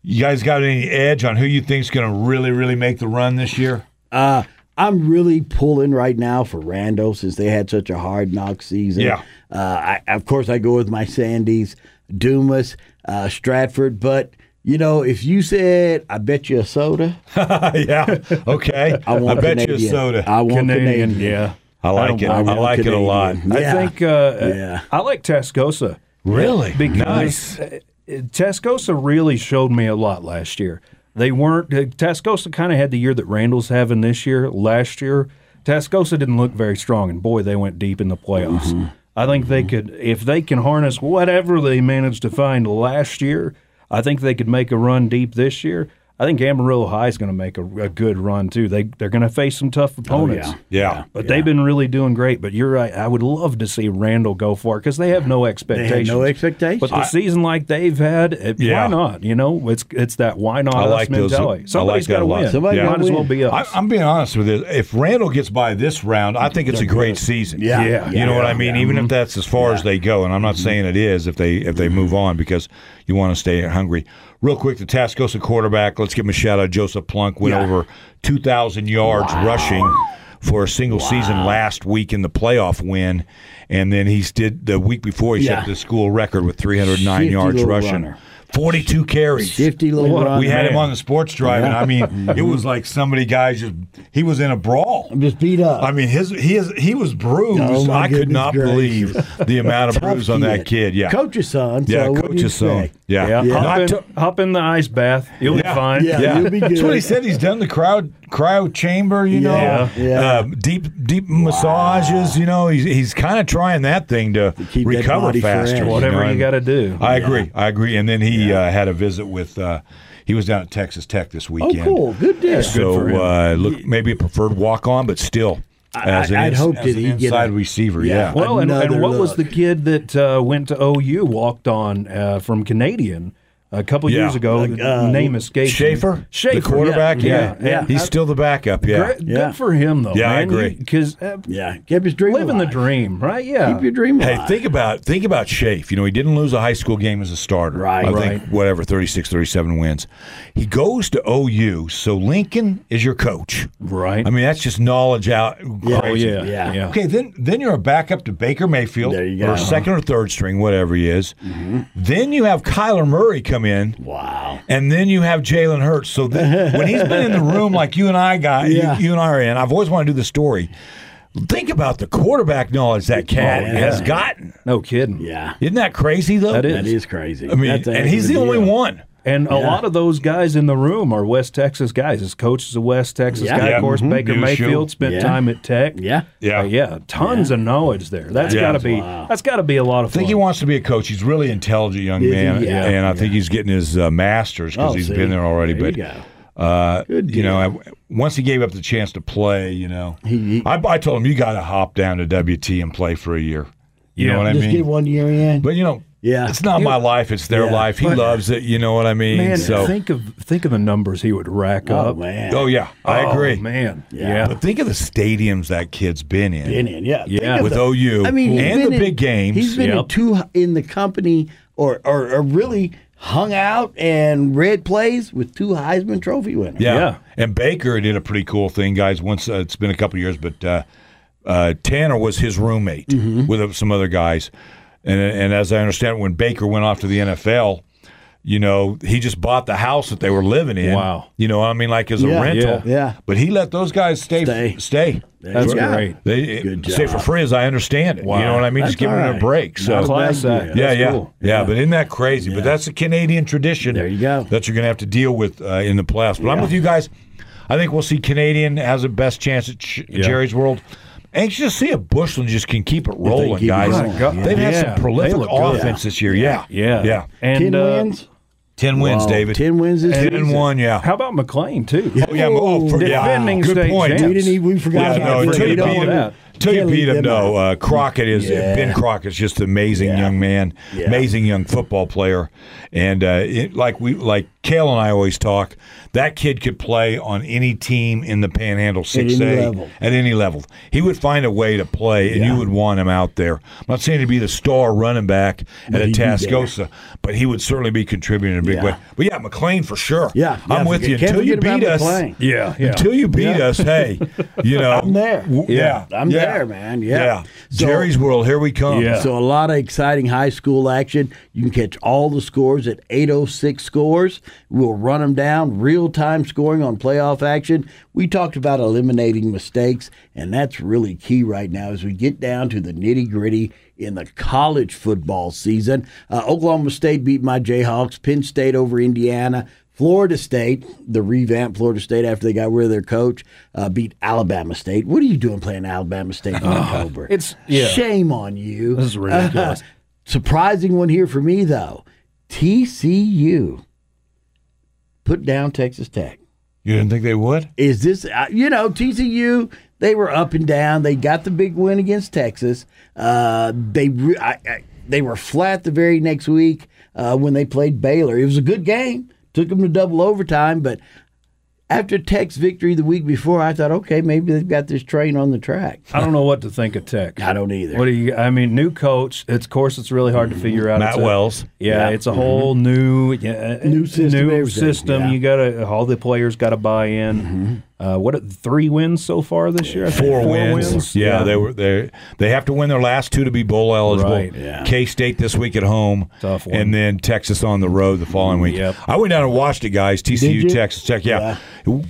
Speaker 2: you guys got any edge on who you think's going to really really make the run this year?
Speaker 1: Uh, I'm really pulling right now for Rando since they had such a hard knock season.
Speaker 2: Yeah.
Speaker 1: Uh, I, of course, I go with my Sandys, Dumas, uh, Stratford, but. You know, if you said, "I bet you a soda,"
Speaker 2: yeah. Okay.
Speaker 1: I want
Speaker 2: bet
Speaker 1: Canadian.
Speaker 2: you a soda.
Speaker 1: I want Canadian.
Speaker 3: Canadian, yeah.
Speaker 2: I like
Speaker 3: don't
Speaker 2: it.
Speaker 3: mind.
Speaker 2: I
Speaker 1: want
Speaker 2: like it a lot.
Speaker 1: Canadian.
Speaker 3: I
Speaker 1: Yeah.
Speaker 3: think uh,
Speaker 1: Yeah.
Speaker 3: I like Tascosa.
Speaker 2: Really?
Speaker 3: Because
Speaker 2: Nice.
Speaker 3: uh, Tascosa really showed me a lot last year. They weren't, uh, Tascosa kind of had the year that Randall's having this year. Last year, Tascosa didn't look very strong, and boy, they went deep in the playoffs.
Speaker 2: Mm-hmm.
Speaker 3: I think they could, if they can harness whatever they managed to find last year, I think they could make a run deep this year. I think Amarillo High is going to make a, a good run too. They they're going to face some tough opponents.
Speaker 2: Oh, Yeah.
Speaker 3: But they've been really doing great. But you're right. I would love to see Randall go for it because they have no expectations.
Speaker 1: no expectations.
Speaker 3: But the season like they've had, it,
Speaker 2: Yeah.
Speaker 3: why not? You know, it's it's that why not
Speaker 2: I
Speaker 3: us
Speaker 2: like those-
Speaker 3: mentality.
Speaker 2: I
Speaker 3: Somebody's
Speaker 2: like that
Speaker 3: got
Speaker 2: a
Speaker 3: to
Speaker 2: lot.
Speaker 3: win.
Speaker 1: Somebody
Speaker 3: might
Speaker 1: gotta
Speaker 3: as well
Speaker 1: win.
Speaker 3: be
Speaker 2: I,
Speaker 3: us.
Speaker 2: I'm being honest with you. If Randall gets by this round, I think it's a great season.
Speaker 1: Yeah.
Speaker 3: Yeah.
Speaker 2: You know what I mean?
Speaker 1: Yeah. Mm-hmm.
Speaker 2: Even if that's as far as they go, and I'm not saying it is if they if they move on because you want to stay hungry. Real quick, the Tascosa quarterback. Let's give him a shout out. Joseph Plunk went
Speaker 1: Yeah.
Speaker 2: over 2,000 yards rushing for a single season last week in the playoff win, and then he did the week before he
Speaker 1: Yeah.
Speaker 2: set the school record with 309
Speaker 1: Shifty
Speaker 2: yards
Speaker 1: little
Speaker 2: rushing,
Speaker 1: runner.
Speaker 2: 42 carries.
Speaker 1: Shifty little
Speaker 3: What?
Speaker 1: run.
Speaker 2: We had him
Speaker 3: man.
Speaker 2: on the sports drive, and I mean, it was like somebody guys just he was in a brawl.
Speaker 1: I'm just beat up.
Speaker 2: I mean, his he is he was bruised.
Speaker 1: Oh, my
Speaker 2: I could
Speaker 1: goodness
Speaker 2: not
Speaker 1: gracious.
Speaker 2: believe the amount of
Speaker 1: Tough
Speaker 2: bruise on that kid. Yeah,
Speaker 1: Coach's son.
Speaker 2: yeah,
Speaker 1: so what do you
Speaker 2: coach's son.
Speaker 1: say?
Speaker 2: Yeah,
Speaker 3: yeah,
Speaker 1: Yeah.
Speaker 3: Hop,
Speaker 2: Not
Speaker 3: in,
Speaker 2: to-
Speaker 3: hop in the ice bath. You'll
Speaker 2: Yeah.
Speaker 3: be fine.
Speaker 1: Yeah.
Speaker 2: yeah.
Speaker 1: you'll be
Speaker 2: that's what he
Speaker 1: good.
Speaker 2: said. He's done the crowd cryo chamber. You know,
Speaker 1: Yeah, yeah.
Speaker 2: Uh, deep deep massages. You know, he's he's kind of trying that thing to,
Speaker 1: keep that
Speaker 2: recover
Speaker 1: body
Speaker 2: faster.
Speaker 1: fresh.
Speaker 2: you
Speaker 3: Whatever
Speaker 2: know,
Speaker 3: you
Speaker 2: and-
Speaker 3: got to do.
Speaker 2: I agree. I agree. And then he uh, had a visit with. Uh, he was down at Texas Tech this
Speaker 1: Oh,
Speaker 2: weekend.
Speaker 1: cool. Good deal.
Speaker 2: So uh, look, maybe a preferred walk on, but still, as an,
Speaker 1: I'd
Speaker 2: ins-
Speaker 1: hope
Speaker 2: as
Speaker 1: that
Speaker 2: an
Speaker 1: he'd get
Speaker 2: inside
Speaker 1: a-
Speaker 2: receiver,
Speaker 1: Yeah.
Speaker 2: yeah.
Speaker 3: well, and, and
Speaker 1: another
Speaker 3: what was
Speaker 1: look.
Speaker 3: the kid that uh, went to OU walked on uh, from Canadian a couple
Speaker 2: Yeah.
Speaker 3: years ago?
Speaker 1: Like, uh,
Speaker 3: name escapes me.
Speaker 2: Schaefer,
Speaker 3: Schaefer,
Speaker 2: the quarterback, yeah,
Speaker 3: yeah.
Speaker 1: yeah.
Speaker 2: he's still the backup, yeah.
Speaker 3: Great-
Speaker 1: Yeah.
Speaker 3: Good for him though.
Speaker 2: Yeah, I agree.
Speaker 3: Because
Speaker 1: Yeah, kept his dream
Speaker 3: uh, living the
Speaker 1: alive.
Speaker 3: dream, right? Yeah.
Speaker 1: Keep your dream
Speaker 2: Hey,
Speaker 1: alive.
Speaker 2: think about think about Shafe. You know, he didn't lose a high school game as a starter.
Speaker 1: Right.
Speaker 2: I
Speaker 1: Right.
Speaker 2: think whatever 36 37 wins. He goes to OU, so Lincoln is your coach.
Speaker 3: Right.
Speaker 2: I mean, that's just knowledge out.
Speaker 1: Yeah.
Speaker 3: oh
Speaker 2: crazy.
Speaker 3: yeah.
Speaker 1: Yeah.
Speaker 3: Yeah.
Speaker 2: Okay, then then you're a backup to Baker Mayfield,
Speaker 1: There you go. Mm-hmm.
Speaker 2: or second or third string, whatever he is. Then you have Kyler Murray come in.
Speaker 1: wow.
Speaker 2: And then you have Jalen Hurts. So th- when he's been in the room like you and I got,
Speaker 1: Yeah.
Speaker 2: you, you and I are in, I've always wanted to do the story. Think about the quarterback knowledge that cat
Speaker 1: Oh, yeah.
Speaker 2: has gotten.
Speaker 3: No kidding.
Speaker 1: Yeah,
Speaker 2: Isn't that crazy though?
Speaker 3: That is.
Speaker 1: that is crazy.
Speaker 2: I mean,
Speaker 1: That's a heck
Speaker 2: and
Speaker 1: of
Speaker 2: he's
Speaker 1: a
Speaker 2: the only
Speaker 1: deal.
Speaker 2: one.
Speaker 3: And a lot of those guys in the room are West Texas guys. His coach is a West Texas
Speaker 1: Yeah.
Speaker 3: guy.
Speaker 2: Yeah.
Speaker 3: Of course,
Speaker 2: Mhm.
Speaker 3: Baker
Speaker 2: He was
Speaker 3: Mayfield
Speaker 2: sure.
Speaker 3: spent
Speaker 1: Yeah.
Speaker 3: time at Tech.
Speaker 1: Yeah.
Speaker 2: Yeah.
Speaker 3: Uh, yeah, tons of knowledge there. That's
Speaker 2: Yeah.
Speaker 3: got to be
Speaker 1: Wow.
Speaker 3: that's got to be a lot of
Speaker 2: I
Speaker 3: fun.
Speaker 2: think he wants to be a coach. He's a really intelligent young
Speaker 1: Is he?
Speaker 2: man,
Speaker 1: Yeah.
Speaker 2: and I think he's getting his uh, master's because
Speaker 1: Oh,
Speaker 2: he's
Speaker 1: see?
Speaker 2: been there already.
Speaker 1: There
Speaker 2: but
Speaker 1: you go.
Speaker 2: Uh,
Speaker 1: Good
Speaker 2: you know, I, once he gave up the chance to play, you know,
Speaker 1: he-
Speaker 2: I, I told him you got to hop down to WT and play for a year. You
Speaker 3: Yeah.
Speaker 2: know what I
Speaker 1: Just
Speaker 2: mean?
Speaker 1: get one year in.
Speaker 2: but you know,
Speaker 1: Yeah.
Speaker 2: it's not my life; it's their
Speaker 1: Yeah.
Speaker 2: life. He
Speaker 3: But-
Speaker 2: loves it. You know what I mean?
Speaker 3: man,
Speaker 2: so,
Speaker 3: think of think of the numbers he would rack
Speaker 1: oh
Speaker 3: up.
Speaker 1: man.
Speaker 2: oh yeah, I
Speaker 3: Oh,
Speaker 2: agree.
Speaker 3: man.
Speaker 1: Yeah.
Speaker 3: Yeah.
Speaker 2: But think of the stadiums that kid's been in.
Speaker 1: Been in, yeah,
Speaker 3: Yeah.
Speaker 1: Think of
Speaker 2: With
Speaker 1: the-
Speaker 2: OU
Speaker 1: I mean, he's
Speaker 2: and
Speaker 1: been
Speaker 2: the
Speaker 1: in-
Speaker 2: big games.
Speaker 1: He's been in
Speaker 3: Yep.
Speaker 1: two in the company, or, or or really hung out and read plays with two Heisman Trophy winners.
Speaker 2: Yeah.
Speaker 3: Yeah.
Speaker 2: And Baker did a pretty cool thing, guys. Once uh, it's been a couple of years, but uh, uh, Tanner was his roommate
Speaker 1: Mm-hmm.
Speaker 2: with uh, some other guys, and and as I understand, it, when Baker went off to the NFL. You know, he just bought the house that they were living in.
Speaker 3: Wow.
Speaker 2: You know, I mean, like as
Speaker 1: Yeah.
Speaker 2: a rental.
Speaker 1: Yeah. Yeah.
Speaker 2: But he let those guys stay.
Speaker 1: Stay.
Speaker 2: stay.
Speaker 3: That's
Speaker 1: Yeah.
Speaker 3: great.
Speaker 2: They
Speaker 1: Good
Speaker 2: stay for
Speaker 1: job.
Speaker 2: free, as I understand it. You know what I mean?
Speaker 1: That's
Speaker 2: just give
Speaker 1: all
Speaker 2: them a
Speaker 1: right.
Speaker 2: break. So
Speaker 1: Not a
Speaker 3: Class
Speaker 1: bad
Speaker 3: act.
Speaker 1: deal.
Speaker 2: yeah,
Speaker 3: That's
Speaker 2: yeah,
Speaker 3: cool.
Speaker 2: yeah, But isn't that crazy? But that's a Canadian tradition.
Speaker 1: There you go.
Speaker 2: That you're going to have to deal with uh, in the playoffs. But I'm with you guys. I think we'll see Canadian has the best chance at Ch- Jerry's World. Anxious to see if Bushland just can keep it rolling,
Speaker 1: keep it
Speaker 2: guys.
Speaker 1: rolling,
Speaker 3: yeah.
Speaker 2: They've had
Speaker 3: Yeah.
Speaker 2: some
Speaker 3: They
Speaker 2: prolific
Speaker 3: look good.
Speaker 2: offense this year. Yeah,
Speaker 3: Yeah.
Speaker 2: yeah.
Speaker 3: And
Speaker 1: ten
Speaker 3: uh,
Speaker 1: wins.
Speaker 2: Ten wins,
Speaker 1: Wow,
Speaker 2: David.
Speaker 1: Ten wins this
Speaker 2: Ten
Speaker 1: season.
Speaker 2: and one. Yeah.
Speaker 3: how about McLean too?
Speaker 2: Oh yeah. Oh, for, yeah.
Speaker 3: Defending
Speaker 2: Good
Speaker 3: state
Speaker 2: point.
Speaker 3: champs.
Speaker 1: We didn't. even- We forgot.
Speaker 2: Yeah,
Speaker 1: about
Speaker 2: no,
Speaker 1: them.
Speaker 2: until
Speaker 3: really
Speaker 2: you
Speaker 1: We
Speaker 3: don't
Speaker 2: beat
Speaker 1: don't
Speaker 3: want
Speaker 2: him,
Speaker 1: want
Speaker 3: that.
Speaker 2: until you
Speaker 1: Can't
Speaker 2: beat
Speaker 1: leave
Speaker 2: him,
Speaker 1: them
Speaker 2: no. Uh, Crockett is
Speaker 1: Yeah.
Speaker 2: Ben Crockett's just an amazing young man,
Speaker 1: Yeah.
Speaker 2: amazing young football player, and uh, it, like we like Kale and I always talk, that kid could play on any team in the Panhandle
Speaker 1: any
Speaker 2: six A
Speaker 1: level.
Speaker 2: at any level. He would find a way to play, and
Speaker 1: Yeah.
Speaker 2: you would want him out there. I'm not saying he'd be the star running back at a
Speaker 1: he'd be there.
Speaker 2: Tascosa, but he would certainly be contributing in a big
Speaker 1: Yeah.
Speaker 2: way. But yeah, McLean for sure.
Speaker 1: Yeah,
Speaker 2: I'm
Speaker 1: yeah,
Speaker 2: with you.
Speaker 1: can't
Speaker 2: Until you
Speaker 1: forget
Speaker 2: beat
Speaker 1: about
Speaker 2: us,
Speaker 1: McLean.
Speaker 3: Yeah, yeah.
Speaker 2: until you beat
Speaker 1: Yeah.
Speaker 2: us, hey, you know, I'm
Speaker 1: there.
Speaker 2: yeah,
Speaker 1: I'm
Speaker 2: yeah,
Speaker 1: there, man. Yeah. So-
Speaker 2: Jerry's World, here we come.
Speaker 3: Yeah.
Speaker 1: So a lot of exciting high school action. You can catch all the scores at 806 scores. We'll run them down, real time scoring on playoff action. We talked about eliminating mistakes, and that's really key right now as we get down to the nitty gritty in the college football season. Uh, Oklahoma State beat my Jayhawks, Penn State over Indiana. Florida State, the revamped Florida State after they got rid of their coach, uh, beat Alabama State. What are you doing playing Alabama State in October?
Speaker 3: it's- yeah.
Speaker 1: Shame on you.
Speaker 3: This is ridiculous.
Speaker 1: surprising one here for me, though. TCU put down Texas Tech.
Speaker 2: You didn't think they would?
Speaker 1: Is this, uh, you know, TCU, they were up and down. They got the big win against Texas. Uh, they, re- I, I, they were flat the very next week uh, when they played Baylor. It was a good game, took them to double overtime, but. After Tech's victory the week before, I thought, okay, maybe they've got this train on the track.
Speaker 3: I don't know what to think of Tech.
Speaker 1: I don't either.
Speaker 3: What do you? I mean, new coach. It's, of course, it's really hard to figure out.
Speaker 2: Matt
Speaker 3: It's a-
Speaker 2: Wells.
Speaker 3: Yeah, it's a whole new yeah,
Speaker 1: Mm-hmm. New system,
Speaker 3: new
Speaker 1: everything,
Speaker 3: system.
Speaker 1: yeah. Mm-hmm.
Speaker 3: You got to all the players got to buy in. Uh, what are- three wins so far this year? I think?
Speaker 2: Four, wins. Yeah,
Speaker 3: yeah.
Speaker 2: they were they they have to win their last two to be bowl eligible.
Speaker 3: Right,
Speaker 1: yeah.
Speaker 2: K State this week at home,
Speaker 3: Tough one.
Speaker 2: and then Texas on the road the following week.
Speaker 3: Yep.
Speaker 2: I went down and watched it, guys.
Speaker 1: you?
Speaker 2: TCU Texas Tech. Yeah.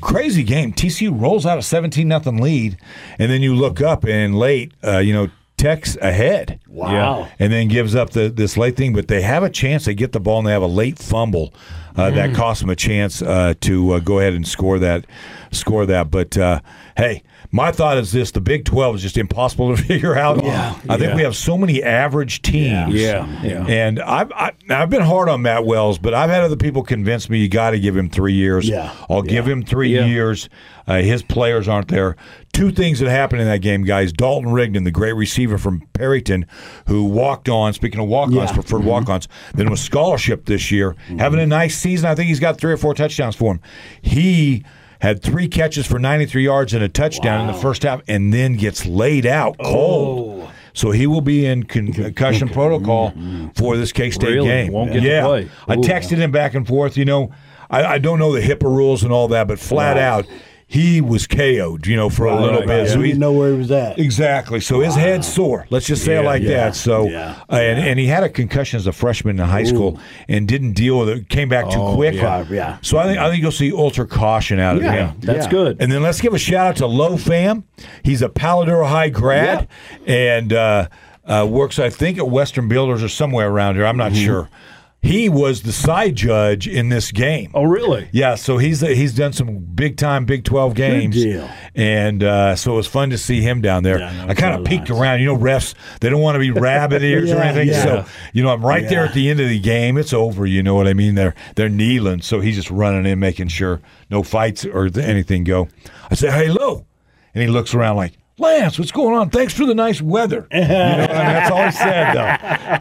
Speaker 2: crazy game. TCU rolls out a seventeen nothing lead, and then you look up and late, uh, you know, Tech's ahead.
Speaker 1: Wow.
Speaker 2: and then gives up the, this late thing. But they have a chance. They get the ball and they have a late fumble uh,
Speaker 1: Mm.
Speaker 2: that costs them a chance uh, to uh, go ahead and score that. Score that. But uh, hey, my thought is this: the Big Twelve is just impossible to figure out.
Speaker 1: Yeah.
Speaker 2: I think
Speaker 3: Yeah.
Speaker 2: we have so many average teams.
Speaker 3: Yeah, yeah.
Speaker 2: And I've I, now I've been hard on Matt Wells, but I've had other people convince me you got to give him three years.
Speaker 1: Yeah.
Speaker 2: I'll give him three
Speaker 3: Yeah.
Speaker 2: years. Uh, his players aren't there. Two things that happened in that game, guys. Dalton Rigdon, the great receiver from Perryton, who walked on. Speaking of walk-ons,
Speaker 1: Yeah. Mm-hmm.
Speaker 2: preferred walk-ons, then was scholarship this year, having a nice season. I think he's got three or four touchdowns for him. He. Had three catches for 93 yards and a touchdown in the first half, and then gets laid out
Speaker 3: Oh.
Speaker 2: cold. So he will be in con- concussion protocol for this K State
Speaker 3: Mm-hmm. Really?
Speaker 2: game.
Speaker 3: Won't get to
Speaker 2: yeah.
Speaker 3: play.
Speaker 2: I
Speaker 3: Ooh.
Speaker 2: texted him back and forth. You know, I, I don't know the HIPAA rules and all that, but flat out, he was KO'd, you know, for a little
Speaker 3: right,
Speaker 2: bit.
Speaker 3: yeah.
Speaker 2: So
Speaker 1: we
Speaker 2: he,
Speaker 1: didn't know where he was at.
Speaker 2: Exactly. So his head's sore. Let's just say it
Speaker 3: Yeah,
Speaker 2: like
Speaker 3: yeah,
Speaker 2: that. So,
Speaker 1: yeah,
Speaker 2: uh, and, and he had a concussion as a freshman in high school and didn't deal with it. Came back too
Speaker 3: Oh,
Speaker 2: quick.
Speaker 1: yeah. Yeah.
Speaker 2: So I think I think you'll see ultra caution out of
Speaker 3: Yeah,
Speaker 2: him.
Speaker 3: that's
Speaker 1: Yeah.
Speaker 3: good.
Speaker 2: And then let's give a shout out to Low Fam. He's a Paladuro High grad and uh, uh, works, I think, at Western Builders or somewhere around here. I'm not
Speaker 3: Mm-hmm.
Speaker 2: sure. He was the side judge in this game.
Speaker 3: oh, really?
Speaker 2: Yeah, so he's he's done some big time Big Twelve games,
Speaker 1: deal.
Speaker 2: and uh, so it was fun to see him down there.
Speaker 1: Yeah, no,
Speaker 2: I kind of
Speaker 1: it's
Speaker 2: peeked
Speaker 1: nice.
Speaker 2: around. You know, refs they don't want to be rabbit ears or
Speaker 1: Yeah,
Speaker 2: anything.
Speaker 1: yeah.
Speaker 2: So you know, I'm right there
Speaker 1: Yeah.
Speaker 2: at the end of the game. It's over. You know what I mean? They're they're kneeling, so he's just running in, making sure no fights or th- anything go. I say, hey, Lou, and he looks around like. Lance, what's going on? Thanks for the nice weather. You know what I mean? That's all he said,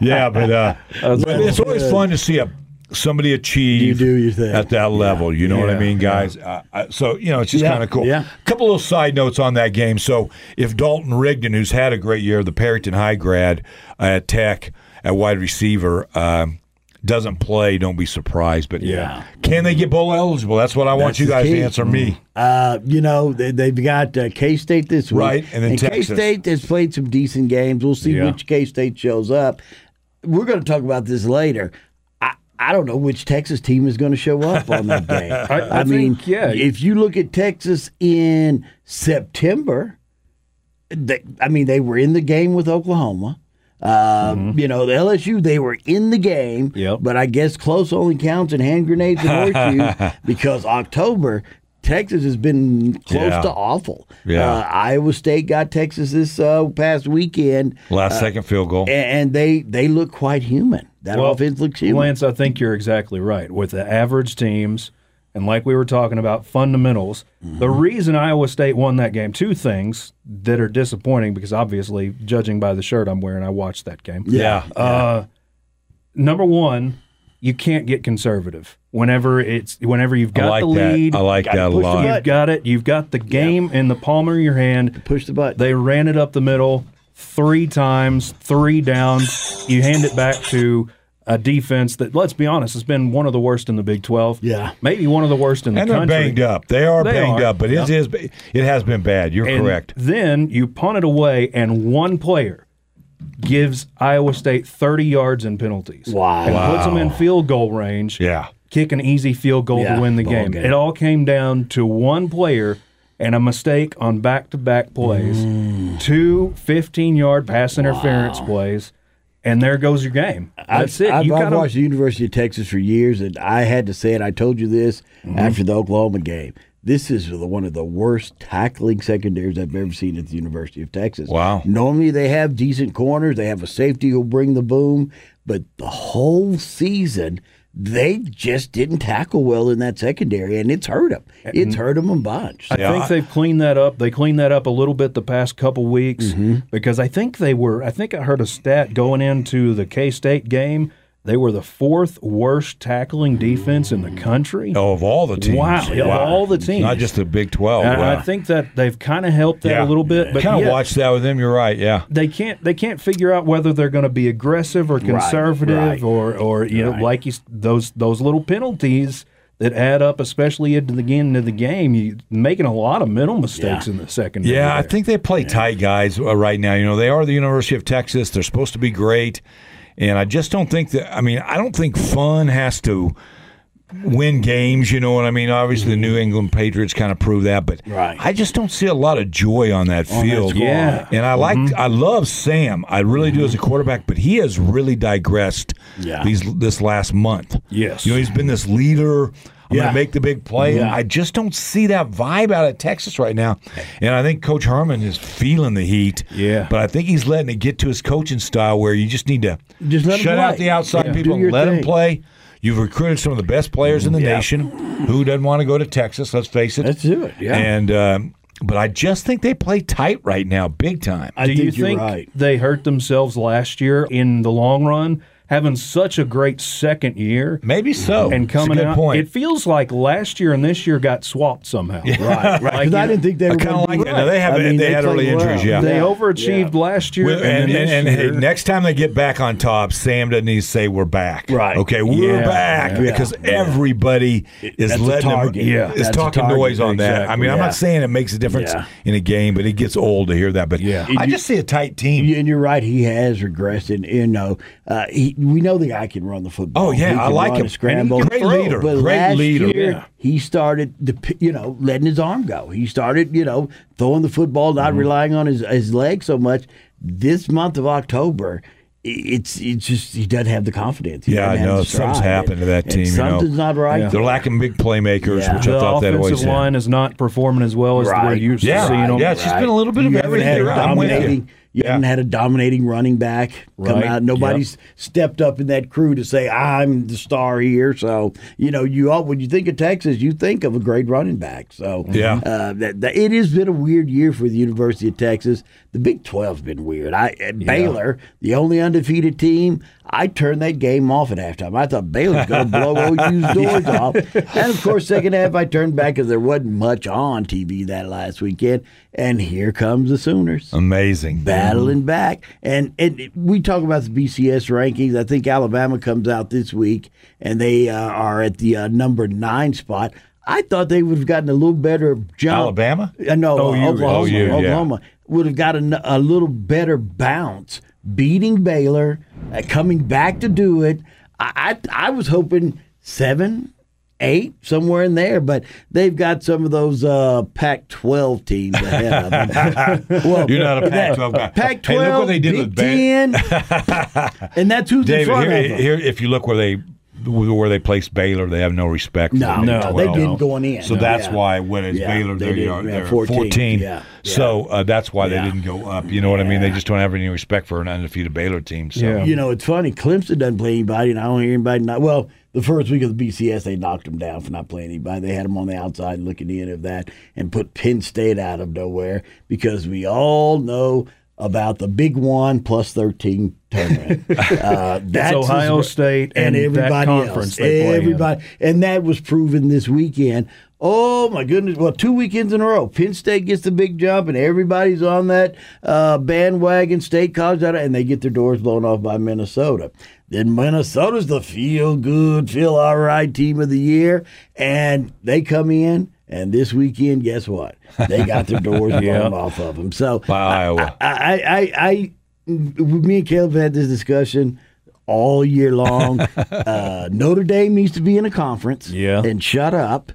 Speaker 2: though. Yeah, but, uh,
Speaker 3: That's
Speaker 2: but
Speaker 3: cool.
Speaker 2: it's always fun to see a, somebody achieve
Speaker 1: You do your thing.
Speaker 2: at that level. You know what I
Speaker 3: Yeah,
Speaker 2: mean, guys? Uh, I- so, you know, it's just
Speaker 1: Yeah,
Speaker 2: kind of cool.
Speaker 1: yeah.
Speaker 2: A couple little side notes on that game. So, if Dalton Rigdon, who's had a great year, the Perryton High grad uh, at Tech at wide receiver, um, doesn't play, don't be surprised. But
Speaker 1: Yeah.
Speaker 2: Can they get bowl eligible? That's what I want
Speaker 1: That's
Speaker 2: you
Speaker 1: the
Speaker 2: guys
Speaker 1: key.
Speaker 2: to answer me.
Speaker 3: Mm-hmm.
Speaker 1: Uh, you know, they, they've got uh, K State this week.
Speaker 2: Right, and then Texas.
Speaker 1: K-State has played some decent games. We'll see
Speaker 3: Yeah.
Speaker 1: which K-State shows up. We're going to talk about this later. I, I don't know which Texas team is going to show up on that day.
Speaker 3: I
Speaker 1: mean,
Speaker 3: think, yeah.
Speaker 1: if you look at Texas in September, they, I mean, they were in the game with Oklahoma. Uh, You know, the LSU, they were in the game,
Speaker 3: Yep.
Speaker 1: but I guess close only counts in hand grenades and horseshoes because October, Texas has been close
Speaker 2: Yeah.
Speaker 1: to awful.
Speaker 2: Yeah.
Speaker 1: Uh, Iowa State got Texas this uh, past weekend,
Speaker 2: Last
Speaker 3: Uh,
Speaker 2: second field goal.
Speaker 1: and, and they, they look quite human. That
Speaker 3: Well,
Speaker 1: offense looks human.
Speaker 3: Lance, I think you're exactly right. With the average teams, and like we were talking about fundamentals, the
Speaker 2: Mm-hmm.
Speaker 3: reason Iowa State won that game, two things that are disappointing because obviously, judging by the shirt I'm wearing, I watched that game.
Speaker 2: yeah.
Speaker 3: Uh, number one, you can't get conservative. Whenever it's whenever you've got
Speaker 2: like
Speaker 3: the
Speaker 2: that.
Speaker 3: lead,
Speaker 2: I like
Speaker 3: gotta
Speaker 2: that a
Speaker 3: push the
Speaker 2: lot.
Speaker 3: You've got it. You've got the game in the palm of your hand.
Speaker 1: Push the button.
Speaker 3: They ran it up the middle three times, three downs. You hand it back to a defense that, let's be honest, has been one of the worst in the Big 12.
Speaker 1: Yeah.
Speaker 3: Maybe one of the worst in the
Speaker 2: And they're
Speaker 3: country.
Speaker 2: banged up. They are
Speaker 3: They
Speaker 2: banged
Speaker 3: are.
Speaker 2: up, but it is it has been bad. You're
Speaker 3: And
Speaker 2: correct.
Speaker 3: Then you punt it away, and one player gives Iowa State 30 yards in penalties.
Speaker 1: Wow.
Speaker 3: And puts them in field goal range.
Speaker 2: Yeah.
Speaker 3: Kick an easy field goal
Speaker 1: Yeah,
Speaker 3: to win the
Speaker 1: ball
Speaker 3: game.
Speaker 1: game.
Speaker 3: It all came down to one player and a mistake on back to back plays, two 15 yard pass interference plays, and there goes your game. That's
Speaker 1: I've,
Speaker 3: it.
Speaker 1: I've,
Speaker 3: you
Speaker 1: I've
Speaker 3: gotta-
Speaker 1: watched the University of Texas for years, and I had to say it. I told you this
Speaker 2: Mm-hmm.
Speaker 1: after the Oklahoma game. This is the- one of the worst tackling secondaries I've ever seen at the University of Texas.
Speaker 2: Wow.
Speaker 1: Normally they have decent corners. They have a safety who'll bring the boom, but the whole season they just didn't tackle well in that secondary, and it's hurt them. It's hurt them a bunch.
Speaker 3: I
Speaker 2: Yeah,
Speaker 3: think
Speaker 2: I-
Speaker 3: they've cleaned that up. They cleaned that up a little bit the past couple weeks because I think they were. I think I heard a stat going into the K State game. They were the fourth worst tackling defense in the country.
Speaker 2: Oh, of all the teams.
Speaker 3: Wow, yeah, all the teams. Uh,
Speaker 2: Not just the Big 12.
Speaker 3: And
Speaker 2: Oh, wow.
Speaker 3: I think that they've kind of helped that
Speaker 2: Yeah.
Speaker 3: a little bit, but
Speaker 2: kind of
Speaker 3: yeah,
Speaker 2: watched that with them. You're right. Yeah.
Speaker 3: they can't they can't figure out whether they're going to be aggressive or conservative
Speaker 1: right.
Speaker 3: or or you know like you, s- those those little penalties that add up, especially at the end of the game. You making a lot of mental mistakes in the second.
Speaker 2: Yeah, I think they play tight guys uh, right now. You know, they are the University of Texas. They're supposed to be great. And I just don't think that, I mean, I don't think fun has to win games. You know what I mean? Obviously, the New England Patriots kind of prove that. But
Speaker 1: Right.
Speaker 2: I just don't see a lot of joy on that field.
Speaker 1: squad.
Speaker 3: Yeah.
Speaker 2: And I like, I love Sam. I really do as a quarterback, but he has really digressed
Speaker 1: Yeah.
Speaker 2: these this last month.
Speaker 3: Yes.
Speaker 2: You know, he's been this leader. I'm
Speaker 1: Yeah.
Speaker 2: going to make the big play. I just don't see that vibe out of Texas right now. And I think Coach Harmon is feeling the heat.
Speaker 3: Yeah.
Speaker 2: But I think he's letting it get to his coaching style where you just need to
Speaker 1: Just let him
Speaker 2: shut out
Speaker 1: play.
Speaker 2: the outside
Speaker 1: Yeah.
Speaker 2: people
Speaker 1: Do
Speaker 2: and
Speaker 1: your
Speaker 2: let them
Speaker 1: thing.
Speaker 2: play. You've recruited some of the best players in the
Speaker 1: Yeah.
Speaker 2: nation. Who doesn't want to go to Texas? Let's face it.
Speaker 1: Let's do it. Yeah.
Speaker 2: And um, but I just think they play tight right now, big time.
Speaker 1: I
Speaker 3: Do you
Speaker 1: you're
Speaker 3: think
Speaker 1: right.
Speaker 3: they hurt themselves last year in the long run? having such a great second year
Speaker 2: Maybe so.
Speaker 3: and
Speaker 2: It's a
Speaker 3: coming
Speaker 2: good
Speaker 3: out.
Speaker 2: point.
Speaker 3: It feels like last year and this year got swapped somehow.
Speaker 1: Right, right. Because I didn't think they
Speaker 2: I
Speaker 1: were
Speaker 2: kinda
Speaker 1: gonna be
Speaker 2: like that.
Speaker 1: right.
Speaker 2: Now, they have-
Speaker 1: I mean,
Speaker 2: they
Speaker 1: they
Speaker 2: had early
Speaker 1: played well.
Speaker 2: injuries, yeah.
Speaker 3: They
Speaker 1: Yeah.
Speaker 3: overachieved
Speaker 1: Yeah.
Speaker 3: last year,
Speaker 2: Well, and,
Speaker 3: and, then this
Speaker 2: and, and, hey,
Speaker 3: year-
Speaker 2: next time they get back on top, Sam doesn't need to say we're back.
Speaker 1: Right.
Speaker 2: Okay, we're
Speaker 3: Yeah,
Speaker 2: back
Speaker 1: yeah,
Speaker 2: because
Speaker 1: yeah.
Speaker 2: everybody is
Speaker 1: that's a
Speaker 2: letting them-
Speaker 1: target.
Speaker 3: Yeah.
Speaker 2: is
Speaker 1: That's a
Speaker 2: talking
Speaker 1: target,
Speaker 2: noise on that. I
Speaker 1: exactly,
Speaker 2: mean, I'm
Speaker 1: yeah.
Speaker 2: not saying it makes a difference
Speaker 1: Yeah.
Speaker 2: in a game, but it gets old to hear that. But
Speaker 3: Yeah.
Speaker 2: I just see a tight team.
Speaker 1: Yeah, and you're right. He has regressed, and you know, uh, he, we know the guy can run the football.
Speaker 2: Oh, yeah,
Speaker 1: He
Speaker 2: I
Speaker 1: can
Speaker 2: like
Speaker 1: run
Speaker 2: him.
Speaker 1: and Scramble,
Speaker 2: And he can Great throw. leader,
Speaker 1: But
Speaker 2: great
Speaker 1: last
Speaker 2: leader.
Speaker 1: Year,
Speaker 3: Yeah.
Speaker 1: He started, the, p- you know, letting his arm go. He started, you know, throwing the football,
Speaker 2: Mm-hmm.
Speaker 1: not relying on his his leg so much. This month of October. i- It's it's just he doesn't have the confidence. He
Speaker 2: Yeah,
Speaker 1: doesn't
Speaker 2: I
Speaker 1: have
Speaker 2: know.
Speaker 1: the
Speaker 2: Something's
Speaker 1: stride.
Speaker 2: happened to that
Speaker 1: And
Speaker 2: team, you know.
Speaker 1: something's not right.
Speaker 2: They're lacking big playmakers,
Speaker 1: Yeah.
Speaker 2: which I
Speaker 3: the
Speaker 2: thought that always
Speaker 3: offensive
Speaker 2: had.
Speaker 3: line is not performing as well as
Speaker 1: Right.
Speaker 3: we're used
Speaker 2: Yeah.
Speaker 3: to seeing them.
Speaker 2: Yeah, it's just been a little bit of
Speaker 1: You haven't
Speaker 2: everything.
Speaker 1: had a
Speaker 2: You're right. I'm with you.
Speaker 1: dominating- You haven't
Speaker 2: Yeah.
Speaker 1: had a dominating running back come
Speaker 3: Right.
Speaker 1: out. Nobody's stepped up in that crew to say I'm the star here. So you know, you all when you think of Texas, you think of a great running back. So
Speaker 2: Yeah.
Speaker 1: uh, that, that it has been a weird year for the University of Texas. The Big 12's been weird. I at Baylor, the only undefeated team, I turned that game off at halftime. I thought Baylor's going to blow OU's doors off. And of course, second half I turned back because there wasn't much on TV that last weekend. And here comes the Sooners
Speaker 2: Amazing. Mm-hmm.
Speaker 1: battling back. And and we talk about the BCS rankings. I think Alabama comes out this week, and they uh, are at the uh, number nine spot. I thought they would have gotten a little better jump.
Speaker 2: Alabama? Oh,
Speaker 1: Uh, no, uh,
Speaker 3: OU.
Speaker 1: Oklahoma.
Speaker 2: OU, yeah.
Speaker 1: Oklahoma would have gotten a little better bounce, beating Baylor, uh, coming back to do it. I, I I was hoping seven. Eight somewhere in there, but they've got some of those uh, Pac-12 teams ahead of them. well,
Speaker 2: You're not a Pac-12 guy.
Speaker 1: Pac-12,
Speaker 2: Hey, look what they did
Speaker 1: Big
Speaker 2: with Ban-
Speaker 1: Ten, and that's who's in
Speaker 2: David,
Speaker 1: front
Speaker 2: here,
Speaker 1: of them.
Speaker 2: here, if you look where they where they placed Baylor, they have no respect.
Speaker 1: No,
Speaker 2: for the Big
Speaker 3: no, they
Speaker 2: 12.
Speaker 1: didn't going in.
Speaker 2: So
Speaker 1: No,
Speaker 2: that's
Speaker 1: yeah.
Speaker 2: why when it's
Speaker 1: Yeah,
Speaker 2: Baylor,
Speaker 1: they
Speaker 2: they
Speaker 1: did,
Speaker 2: are
Speaker 1: yeah,
Speaker 2: they're
Speaker 1: 14,
Speaker 2: 14.
Speaker 1: yeah,
Speaker 2: So uh, that's why
Speaker 1: Yeah.
Speaker 2: they didn't go up. You know what I mean? They just don't have any respect for an undefeated Baylor team. So
Speaker 3: Yeah.
Speaker 1: You know, it's funny. Clemson doesn't play anybody, and I don't hear anybody. Not, well, the first week of the BCS, they knocked them down for not playing anybody. They had them on the outside looking in of that, and put Penn State out of nowhere because we all know about the big one plus thirteen tournament. uh, that's as
Speaker 3: Ohio
Speaker 1: mu-
Speaker 3: State and that conference they play in.
Speaker 1: everybody, and that was proven this weekend. Oh my goodness! Well, two weekends in a row, Penn State gets the big jump, and everybody's on that uh, bandwagon. State College, and they get their doors blown off by Minnesota. Then Minnesota's the feel good, feel all right team of the year, and they come in. And this weekend, guess what? They got their doors blown
Speaker 3: Yeah.
Speaker 1: off of them. So
Speaker 2: by Iowa.
Speaker 1: I, I, I, I, me and Caleb had this discussion all year long. uh, Notre Dame needs to be in a conference.
Speaker 3: Yeah.
Speaker 1: And shut up.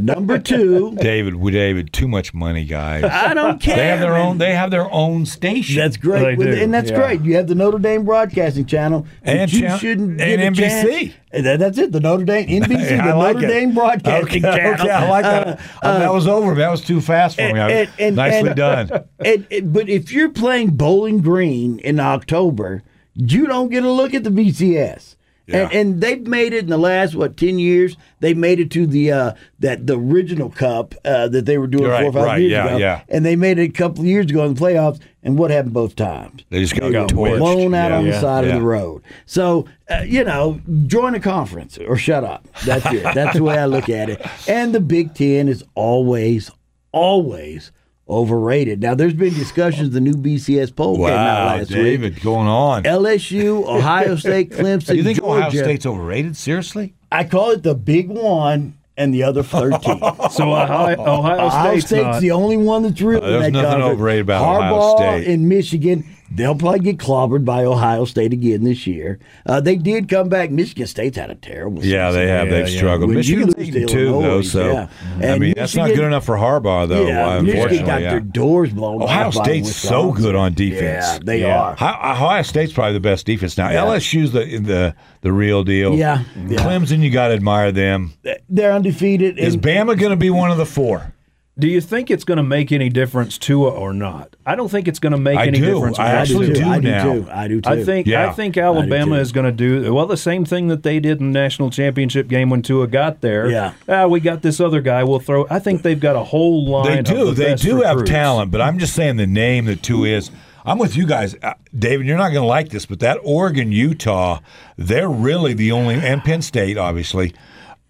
Speaker 1: Number two,
Speaker 2: David, we David, too much money, guys.
Speaker 1: I don't care.
Speaker 2: They have their
Speaker 1: man.
Speaker 2: own. They have their own station.
Speaker 1: That's great,
Speaker 3: They
Speaker 1: With-
Speaker 3: do,
Speaker 1: and that's
Speaker 3: yeah.
Speaker 1: great. You have the Notre Dame Broadcasting Channel, but
Speaker 2: And
Speaker 1: you
Speaker 2: chan-
Speaker 1: shouldn't
Speaker 2: and
Speaker 1: get a chance-
Speaker 2: NBC.
Speaker 1: And that- That's it. The Notre Dame NBC,
Speaker 2: I
Speaker 1: the
Speaker 2: like
Speaker 1: Notre
Speaker 2: it.
Speaker 1: Dame Broadcasting
Speaker 2: Okay,
Speaker 1: Channel.
Speaker 2: okay, I like that. Uh, that was over. That was too fast for me. I-
Speaker 1: and- and-
Speaker 2: Nicely
Speaker 1: and- uh,
Speaker 2: done.
Speaker 1: And, and- but if you're playing Bowling Green in October, you don't get a look at the BCS.
Speaker 2: Yeah.
Speaker 1: And, and they've made it in the last what ten years. They made it to the uh, that the original cup uh, that they were doing
Speaker 2: Right,
Speaker 1: four or five
Speaker 2: right,
Speaker 1: years
Speaker 2: yeah,
Speaker 1: ago,
Speaker 2: yeah.
Speaker 1: and they made it a couple of years ago in the playoffs. And what happened both times?
Speaker 2: They just got,
Speaker 1: They were
Speaker 2: torched.
Speaker 1: blown out
Speaker 2: Yeah,
Speaker 1: on the
Speaker 2: yeah,
Speaker 1: side
Speaker 2: yeah.
Speaker 1: of the road. So uh, you know, join a conference or shut up. That's it. That's the way I look at it. And the Big Ten is always, always overrated. Now, there's been discussions. The new BCS poll came out
Speaker 2: Wow,
Speaker 1: last week.
Speaker 2: David, going on.
Speaker 1: LSU, Ohio State, Clemson,
Speaker 2: You think
Speaker 1: Georgia.
Speaker 2: Ohio State's overrated? Seriously?
Speaker 1: I call it the big one and the other thirteen.
Speaker 2: Oh,
Speaker 3: So Ohio, Ohio
Speaker 1: Ohio
Speaker 3: State's,
Speaker 1: State's, the only one that's real.
Speaker 2: Uh, there's
Speaker 1: in that
Speaker 2: nothing
Speaker 1: conference.
Speaker 2: overrated about
Speaker 1: Harbaugh
Speaker 2: Ohio State.
Speaker 1: in Michigan. They'll probably get clobbered by Ohio State again this year. Uh, they did come back. Michigan State's had a terrible
Speaker 2: Yeah,
Speaker 1: season.
Speaker 2: they have.
Speaker 3: Yeah,
Speaker 2: They've
Speaker 3: yeah.
Speaker 2: struggled.
Speaker 1: When you
Speaker 2: Michigan's
Speaker 1: lose
Speaker 2: eight
Speaker 1: to
Speaker 2: and two
Speaker 1: Illinois,
Speaker 2: though, so
Speaker 1: yeah.
Speaker 2: I
Speaker 1: And
Speaker 2: mean that's not
Speaker 1: Michigan-
Speaker 2: good enough for Harbaugh though. uh,
Speaker 1: Michigan got
Speaker 2: unfortunately, yeah.
Speaker 1: their doors blown off.
Speaker 2: Ohio
Speaker 1: by
Speaker 2: State's so
Speaker 1: Wisconsin.
Speaker 2: good on defense.
Speaker 1: Yeah, they
Speaker 3: Yeah.
Speaker 1: are.
Speaker 2: Hi- Ohio State's probably the best defense now. LSU's the the the real deal.
Speaker 1: Yeah, yeah.
Speaker 2: Clemson, you got to admire them.
Speaker 1: They're undefeated.
Speaker 2: Is
Speaker 1: and-
Speaker 2: Bama going to be one of the four?
Speaker 3: Do you think it's going to make any difference Tua or not? I don't think it's going to make
Speaker 2: I
Speaker 3: any
Speaker 2: do.
Speaker 3: difference.
Speaker 2: I
Speaker 3: what
Speaker 2: actually
Speaker 3: do.
Speaker 2: do.
Speaker 1: I do
Speaker 2: now.
Speaker 1: too. I do too.
Speaker 3: I think
Speaker 2: Yeah.
Speaker 3: I think Alabama
Speaker 1: I do, too.
Speaker 3: is going to do well the same thing that they did in the national championship game when Tua got there.
Speaker 1: Yeah.
Speaker 3: ah, we got this other guy. We'll throw. I think they've got a whole line.
Speaker 2: They
Speaker 3: of
Speaker 2: do.
Speaker 3: the
Speaker 2: They
Speaker 3: best
Speaker 2: do have
Speaker 3: recruits.
Speaker 2: talent, but I'm just saying the name that two is. I'm with you guys, uh, David. You're not going to like this, but that Oregon, Utah, they're really the only, and Penn State, obviously,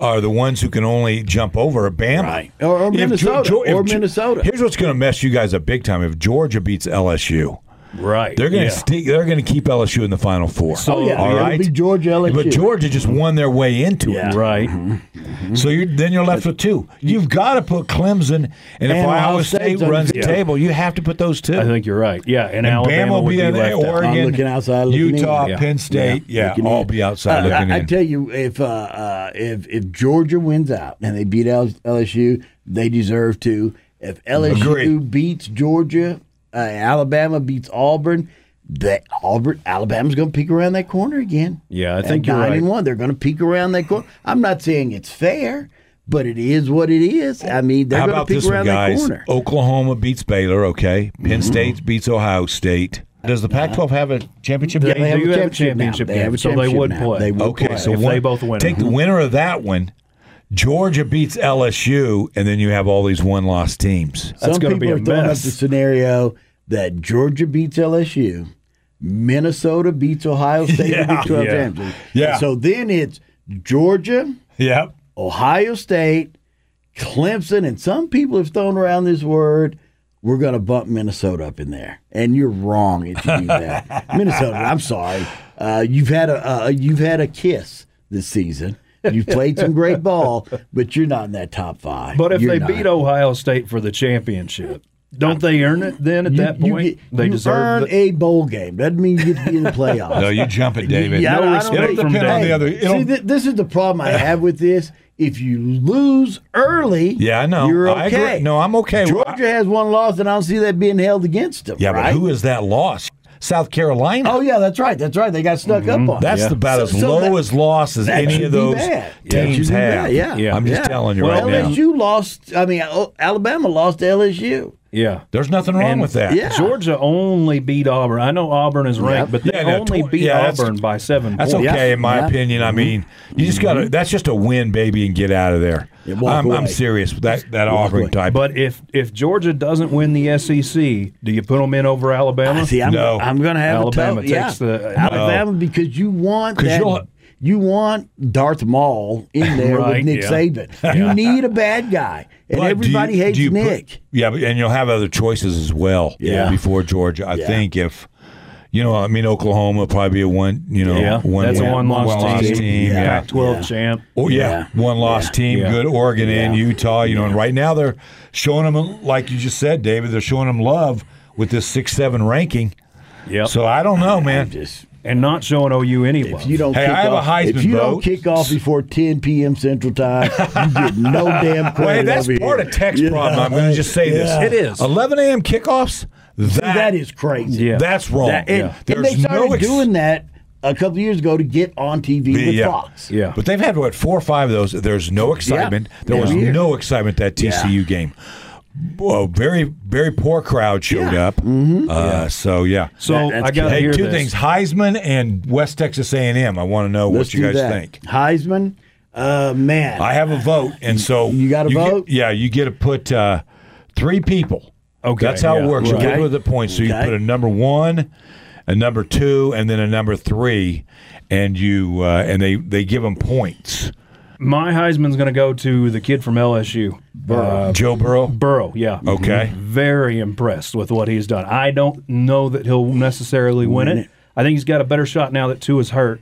Speaker 2: are the ones who can only jump over Bama
Speaker 1: Right. Or- or
Speaker 2: If Ge-
Speaker 1: Minnesota,
Speaker 2: Ge- if
Speaker 1: or
Speaker 2: Ge-
Speaker 1: Minnesota.
Speaker 2: Here's what's going to mess you guys up big time: if Georgia beats LSU.
Speaker 3: Right.
Speaker 2: They're going
Speaker 3: yeah.
Speaker 2: to stick. They're going to keep LSU in the Final Four.
Speaker 3: So-
Speaker 1: Oh yeah,
Speaker 2: all
Speaker 1: it'll
Speaker 2: right.
Speaker 1: be Georgia, LSU.
Speaker 2: But Georgia just won their way into
Speaker 1: Yeah.
Speaker 2: it.
Speaker 3: Right.
Speaker 1: Mm-hmm.
Speaker 2: So you're, then you're left with two. You've got to put Clemson, and if
Speaker 1: And Ohio
Speaker 2: Iowa State
Speaker 1: State's on-
Speaker 2: runs the
Speaker 1: yeah.
Speaker 2: table, you have to put those two.
Speaker 3: I think you're right. Yeah, and,
Speaker 2: And
Speaker 3: Alabama
Speaker 2: Bama will
Speaker 3: would
Speaker 2: be,
Speaker 3: be,
Speaker 2: in there,
Speaker 3: left out.
Speaker 2: Oregon,
Speaker 1: I'm looking outside looking in.
Speaker 2: Utah,
Speaker 3: Yeah.
Speaker 2: Penn State, yeah,
Speaker 1: looking
Speaker 2: all
Speaker 1: in.
Speaker 2: be outside
Speaker 1: Uh,
Speaker 2: looking
Speaker 1: I, I
Speaker 2: in.
Speaker 1: tell you, if uh, uh, if if Georgia wins out and they beat L- LSU, they deserve to. If LSU
Speaker 2: Agree.
Speaker 1: beats Georgia, uh, Alabama beats Auburn. That Auburn, Alabama's going to peek around that corner again.
Speaker 3: Yeah, I
Speaker 1: At
Speaker 3: think you're
Speaker 1: nine and
Speaker 3: right.
Speaker 1: one, they're going to peek around that corner. I'm not saying it's fair, but it is what it is. I mean, they're
Speaker 2: How
Speaker 1: going to
Speaker 2: about
Speaker 1: peek
Speaker 2: this one,
Speaker 1: around that
Speaker 2: guys?
Speaker 1: corner.
Speaker 2: Oklahoma beats Baylor. Okay, Penn State beats Ohio State. Does the Pac-12 have a championship?
Speaker 3: They,
Speaker 2: game?
Speaker 1: have
Speaker 3: do
Speaker 1: a
Speaker 3: have a
Speaker 1: championship
Speaker 3: championship
Speaker 1: now. They have
Speaker 3: game,
Speaker 1: a
Speaker 3: so they would
Speaker 1: championship now.
Speaker 3: play.
Speaker 1: They would
Speaker 2: Okay,
Speaker 1: play.
Speaker 2: so
Speaker 3: If
Speaker 2: one-
Speaker 3: they both win it.
Speaker 2: take the winner of that one. Georgia beats LSU, and then you have all these one-loss teams.
Speaker 3: That's
Speaker 1: Some
Speaker 3: gonna
Speaker 1: people
Speaker 3: be a
Speaker 1: are throwing
Speaker 3: mess.
Speaker 1: up the scenario that Georgia beats LSU, Minnesota beats Ohio State in the
Speaker 2: Yeah.
Speaker 1: Big 12
Speaker 3: Yeah.
Speaker 1: championship.
Speaker 2: Yeah.
Speaker 1: So then it's Georgia,
Speaker 2: Yep.
Speaker 1: Ohio State, Clemson, and some people have thrown around this word. We're going to bump Minnesota up in there, and you're wrong if you do that. Minnesota, I'm sorry. Uh, you've had a uh, you've had a kiss this season. You've played some great ball, but you're not in that top five.
Speaker 3: But if
Speaker 1: You're
Speaker 3: they
Speaker 1: not.
Speaker 3: beat Ohio State for the championship, don't they earn it then at that point?
Speaker 1: get-
Speaker 3: they
Speaker 1: you earn
Speaker 3: deserve it.
Speaker 1: a bowl game. Doesn't mean you get to be in the playoffs.
Speaker 2: No, you jump it, David.
Speaker 1: Yeah, I
Speaker 3: No
Speaker 1: don't- I
Speaker 3: respect
Speaker 1: don't think-
Speaker 2: from It'll depend on Dave. the other- it'll-
Speaker 1: See, thi- this is the problem I have with this. If you lose early,
Speaker 2: Yeah, I know.
Speaker 1: You're
Speaker 2: I
Speaker 1: okay.
Speaker 2: agree. No, I'm okay.
Speaker 1: Georgia has one loss, and I don't see that being held against them.
Speaker 2: Yeah,
Speaker 1: right?
Speaker 2: but who is that loss? South Carolina.
Speaker 1: Oh yeah, that's right. That's right. They got snuck up on.
Speaker 2: Mm-hmm. That's
Speaker 1: Yeah.
Speaker 2: about as
Speaker 1: So- so
Speaker 2: low
Speaker 1: that-
Speaker 2: as loss as
Speaker 1: that
Speaker 2: any
Speaker 1: should
Speaker 2: of
Speaker 1: be
Speaker 2: those
Speaker 1: bad. Yeah, that should
Speaker 2: teams
Speaker 1: be
Speaker 2: have.
Speaker 1: bad, yeah.
Speaker 3: Yeah.
Speaker 2: I'm just
Speaker 1: Yeah.
Speaker 2: telling you
Speaker 3: Well,
Speaker 2: right now.
Speaker 1: LSU lost. I mean, oh, Alabama lost to LSU.
Speaker 3: Yeah.
Speaker 2: There's nothing wrong
Speaker 3: And-
Speaker 2: with that.
Speaker 1: Yeah.
Speaker 3: Georgia only beat Auburn. I know Auburn is ranked, but they
Speaker 2: Yeah, no,
Speaker 3: only
Speaker 2: tw-
Speaker 3: beat
Speaker 2: yeah, that's-
Speaker 3: Auburn by seven
Speaker 2: That's
Speaker 3: points.
Speaker 2: okay,
Speaker 1: Oh, Yeah.
Speaker 2: in my
Speaker 1: Yeah. Mm-hmm.
Speaker 2: opinion. I mean, you just got to. That's just a win, baby, and get out of there.
Speaker 1: Yeah, walk
Speaker 2: I'm, I'm
Speaker 1: away.
Speaker 2: serious. with That that Auburn
Speaker 1: away.
Speaker 2: type.
Speaker 3: But if if Georgia doesn't win the SEC, do you put them in over Alabama?
Speaker 1: Uh, See, I'm,
Speaker 2: No.
Speaker 1: I'm going to have
Speaker 3: Alabama
Speaker 1: a tough, yeah.
Speaker 3: takes the- uh,
Speaker 1: Alabama because you want
Speaker 2: 'Cause
Speaker 1: that.
Speaker 2: you'll-
Speaker 1: You want Darth Maul in there with
Speaker 3: Right,
Speaker 1: Nick
Speaker 3: yeah.
Speaker 1: Saban. You need a bad guy, and
Speaker 2: But do you-
Speaker 1: everybody hates
Speaker 2: do you put-
Speaker 1: Nick.
Speaker 2: yeah, but- and you'll have other choices as well.
Speaker 1: Yeah.
Speaker 2: Before Georgia, I
Speaker 1: Yeah.
Speaker 2: think if you know, I mean, Oklahoma will probably be a one. You know,
Speaker 3: yeah,
Speaker 2: one,
Speaker 3: that's a one-loss
Speaker 2: one-loss
Speaker 3: team.
Speaker 2: team,
Speaker 1: Yeah.
Speaker 2: yeah.
Speaker 3: Pac-12 champ.
Speaker 2: Oh yeah, one loss team,
Speaker 3: Yeah.
Speaker 2: good Oregon and Utah. You know, and right now they're showing them, like you just said, David. They're showing them love with this six seven ranking.
Speaker 3: Yep.
Speaker 2: So I don't know, man.
Speaker 1: Just
Speaker 3: and not showing OU any
Speaker 1: if
Speaker 3: love.
Speaker 1: you don't
Speaker 2: Hey,
Speaker 1: kick
Speaker 2: I have a
Speaker 1: off,
Speaker 2: Heisman
Speaker 1: if you don't
Speaker 2: vote.
Speaker 1: kick off before 10 p.m. Central Time, you get no damn credit.
Speaker 2: Wait, that's
Speaker 1: over
Speaker 2: part
Speaker 1: here.
Speaker 2: of tech's
Speaker 1: Yeah.
Speaker 2: problem. I'm going to just say
Speaker 1: Yeah.
Speaker 2: this: it is 11 a.m. kickoffs. That,
Speaker 1: that is crazy.
Speaker 3: Yeah.
Speaker 2: that's wrong.
Speaker 1: That- and, and
Speaker 2: There's
Speaker 1: they started
Speaker 2: no ex-
Speaker 1: doing that a couple years ago to get on TV with
Speaker 2: Yeah.
Speaker 1: Fox.
Speaker 3: yeah.
Speaker 2: But they've had what four or five of those. There's no excitement. There was
Speaker 1: Yeah.
Speaker 2: no excitement that TCU game. Well, very very poor crowd showed up.
Speaker 1: Mm-hmm.
Speaker 2: Uh, So yeah.
Speaker 3: so
Speaker 1: That- that's
Speaker 3: I got to
Speaker 2: Hey,
Speaker 3: hear
Speaker 2: two
Speaker 3: this.
Speaker 2: things: Heisman and West Texas A&M. I want to know
Speaker 1: Let's
Speaker 2: what you
Speaker 1: do
Speaker 2: guys
Speaker 1: that.
Speaker 2: think.
Speaker 1: Heisman, uh, man.
Speaker 2: I have a vote, and so
Speaker 1: You got a
Speaker 2: get-
Speaker 1: vote?
Speaker 2: yeah, you get to put uh, three people.
Speaker 3: Okay,
Speaker 2: that's how it
Speaker 3: yeah,
Speaker 2: works. You
Speaker 1: right.
Speaker 2: get with the points, so you
Speaker 1: Okay.
Speaker 2: put a number one, a number two, and then a number three, and you uh, and they they give them points.
Speaker 3: My Heisman's going to go to the kid from LSU, Uh,
Speaker 2: Joe Burrow.
Speaker 3: Burrow. Yeah. Mm-hmm.
Speaker 2: Okay.
Speaker 3: Very impressed with what he's done. I don't know that he'll necessarily win, it. I think he's got a better shot now that two is hurt.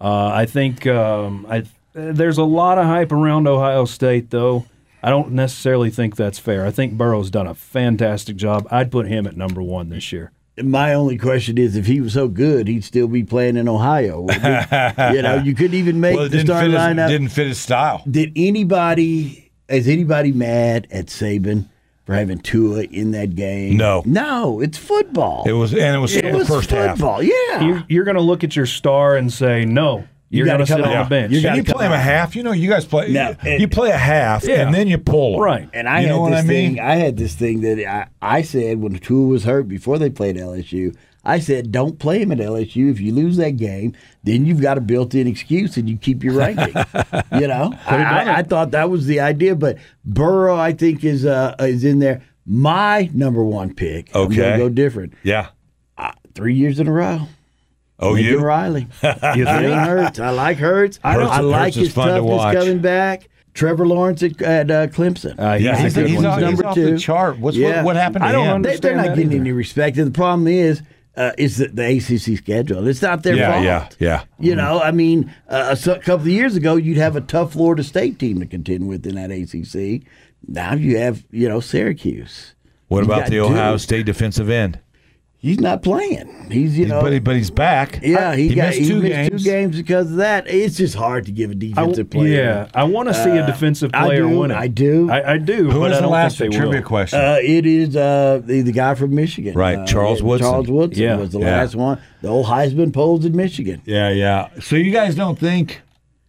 Speaker 3: Uh, I think um, I, there's a lot of hype around Ohio State, though. I don't necessarily think that's fair. I think Burrow's done a fantastic job. I'd put him at number one this year.
Speaker 1: My only question is, if he was so good, he'd still be playing in Ohio. wouldn't he? you know, you couldn't even make
Speaker 2: Well, it
Speaker 1: the
Speaker 2: didn't
Speaker 1: starting
Speaker 2: fit, his,
Speaker 1: lineup.
Speaker 2: didn't fit his style.
Speaker 1: Did anybody? Is anybody mad at Saban for having Tua in that game?
Speaker 2: No.
Speaker 1: no, it's football.
Speaker 2: It was and it was
Speaker 1: It
Speaker 2: the
Speaker 1: was
Speaker 2: first half.
Speaker 1: football. Yeah,
Speaker 3: You're, you're going to look at your star and say, no, you're
Speaker 1: gotta
Speaker 3: going to sit
Speaker 1: come
Speaker 3: on
Speaker 1: out.
Speaker 3: the bench.
Speaker 1: You
Speaker 2: You,
Speaker 1: gotta
Speaker 2: you
Speaker 1: come
Speaker 2: play him a
Speaker 1: out.
Speaker 2: half. You know, you guys play.
Speaker 1: No,
Speaker 2: you,
Speaker 1: it-
Speaker 2: you play a half
Speaker 3: Yeah.
Speaker 2: and then you pull 'em.
Speaker 3: Right.
Speaker 1: and I
Speaker 2: you
Speaker 1: had
Speaker 2: know what
Speaker 1: this
Speaker 2: I mean?
Speaker 1: thing. I had this thing that I, I said when Tua was hurt before they played LSU. I said, don't play him at LSU. If you lose that game, then you've got a built-in excuse, and you keep your ranking. you know, I,
Speaker 3: down.
Speaker 1: I, I thought that was the idea, but Burrow, I think, is uh, is in there. My number one pick. I'm gonna
Speaker 2: Okay.
Speaker 1: go different.
Speaker 2: Yeah.
Speaker 1: three years in a row.
Speaker 2: Oh,
Speaker 1: Lincoln
Speaker 2: you?
Speaker 1: Riley. you think Hurts? I like Hurts. I,
Speaker 2: Hurts-
Speaker 1: I like
Speaker 2: Hurts is
Speaker 1: his
Speaker 2: fun to watch.
Speaker 1: toughness coming back. Trevor Lawrence at, at uh, Clemson.
Speaker 3: Uh,
Speaker 2: Yeah,
Speaker 3: he's a good
Speaker 2: he's, he's,
Speaker 3: one.
Speaker 2: off,
Speaker 1: Number
Speaker 2: he's off the
Speaker 1: two.
Speaker 2: chart. What's
Speaker 1: Yeah.
Speaker 2: what, what happened to
Speaker 3: I don't
Speaker 2: him?
Speaker 3: under-
Speaker 1: they, they're
Speaker 3: understand
Speaker 1: not
Speaker 3: that
Speaker 1: getting
Speaker 3: either.
Speaker 1: any respect. And the problem is, uh, is the, the ACC schedule. It's not their
Speaker 2: Yeah,
Speaker 1: fault.
Speaker 2: yeah, yeah. Mm-hmm.
Speaker 1: You know, I mean, uh, so- a couple of years ago, you'd have a tough Florida State team to contend with in that ACC. Now you have, you know, Syracuse.
Speaker 2: what
Speaker 1: You
Speaker 2: about
Speaker 1: got
Speaker 2: the Ohio
Speaker 1: Duke.
Speaker 2: State defensive end?
Speaker 1: He's not playing. He's, you know,
Speaker 2: but, he, but he's back.
Speaker 1: yeah, he, got
Speaker 2: missed
Speaker 1: he
Speaker 2: two
Speaker 1: missed
Speaker 2: games.
Speaker 1: two games because of that. It's just hard to give a
Speaker 3: I w-
Speaker 1: defensive player.
Speaker 3: Yeah, I want to see a defensive
Speaker 1: I
Speaker 3: player
Speaker 1: do,
Speaker 3: win it.
Speaker 1: I do.
Speaker 3: I, I do.
Speaker 2: Who
Speaker 3: but
Speaker 2: was
Speaker 3: I
Speaker 2: the
Speaker 3: don't
Speaker 2: last
Speaker 3: think they
Speaker 2: trivia
Speaker 3: will.
Speaker 2: question?
Speaker 1: Uh, it is uh, the, the guy from Michigan.
Speaker 2: Right,
Speaker 1: Uh,
Speaker 2: Charles
Speaker 1: yeah,
Speaker 2: Woodson.
Speaker 1: Charles Woodson
Speaker 3: Yeah.
Speaker 1: was the
Speaker 2: Yeah.
Speaker 1: last one. The old Heisman polls in Michigan.
Speaker 2: yeah, yeah. So you guys don't think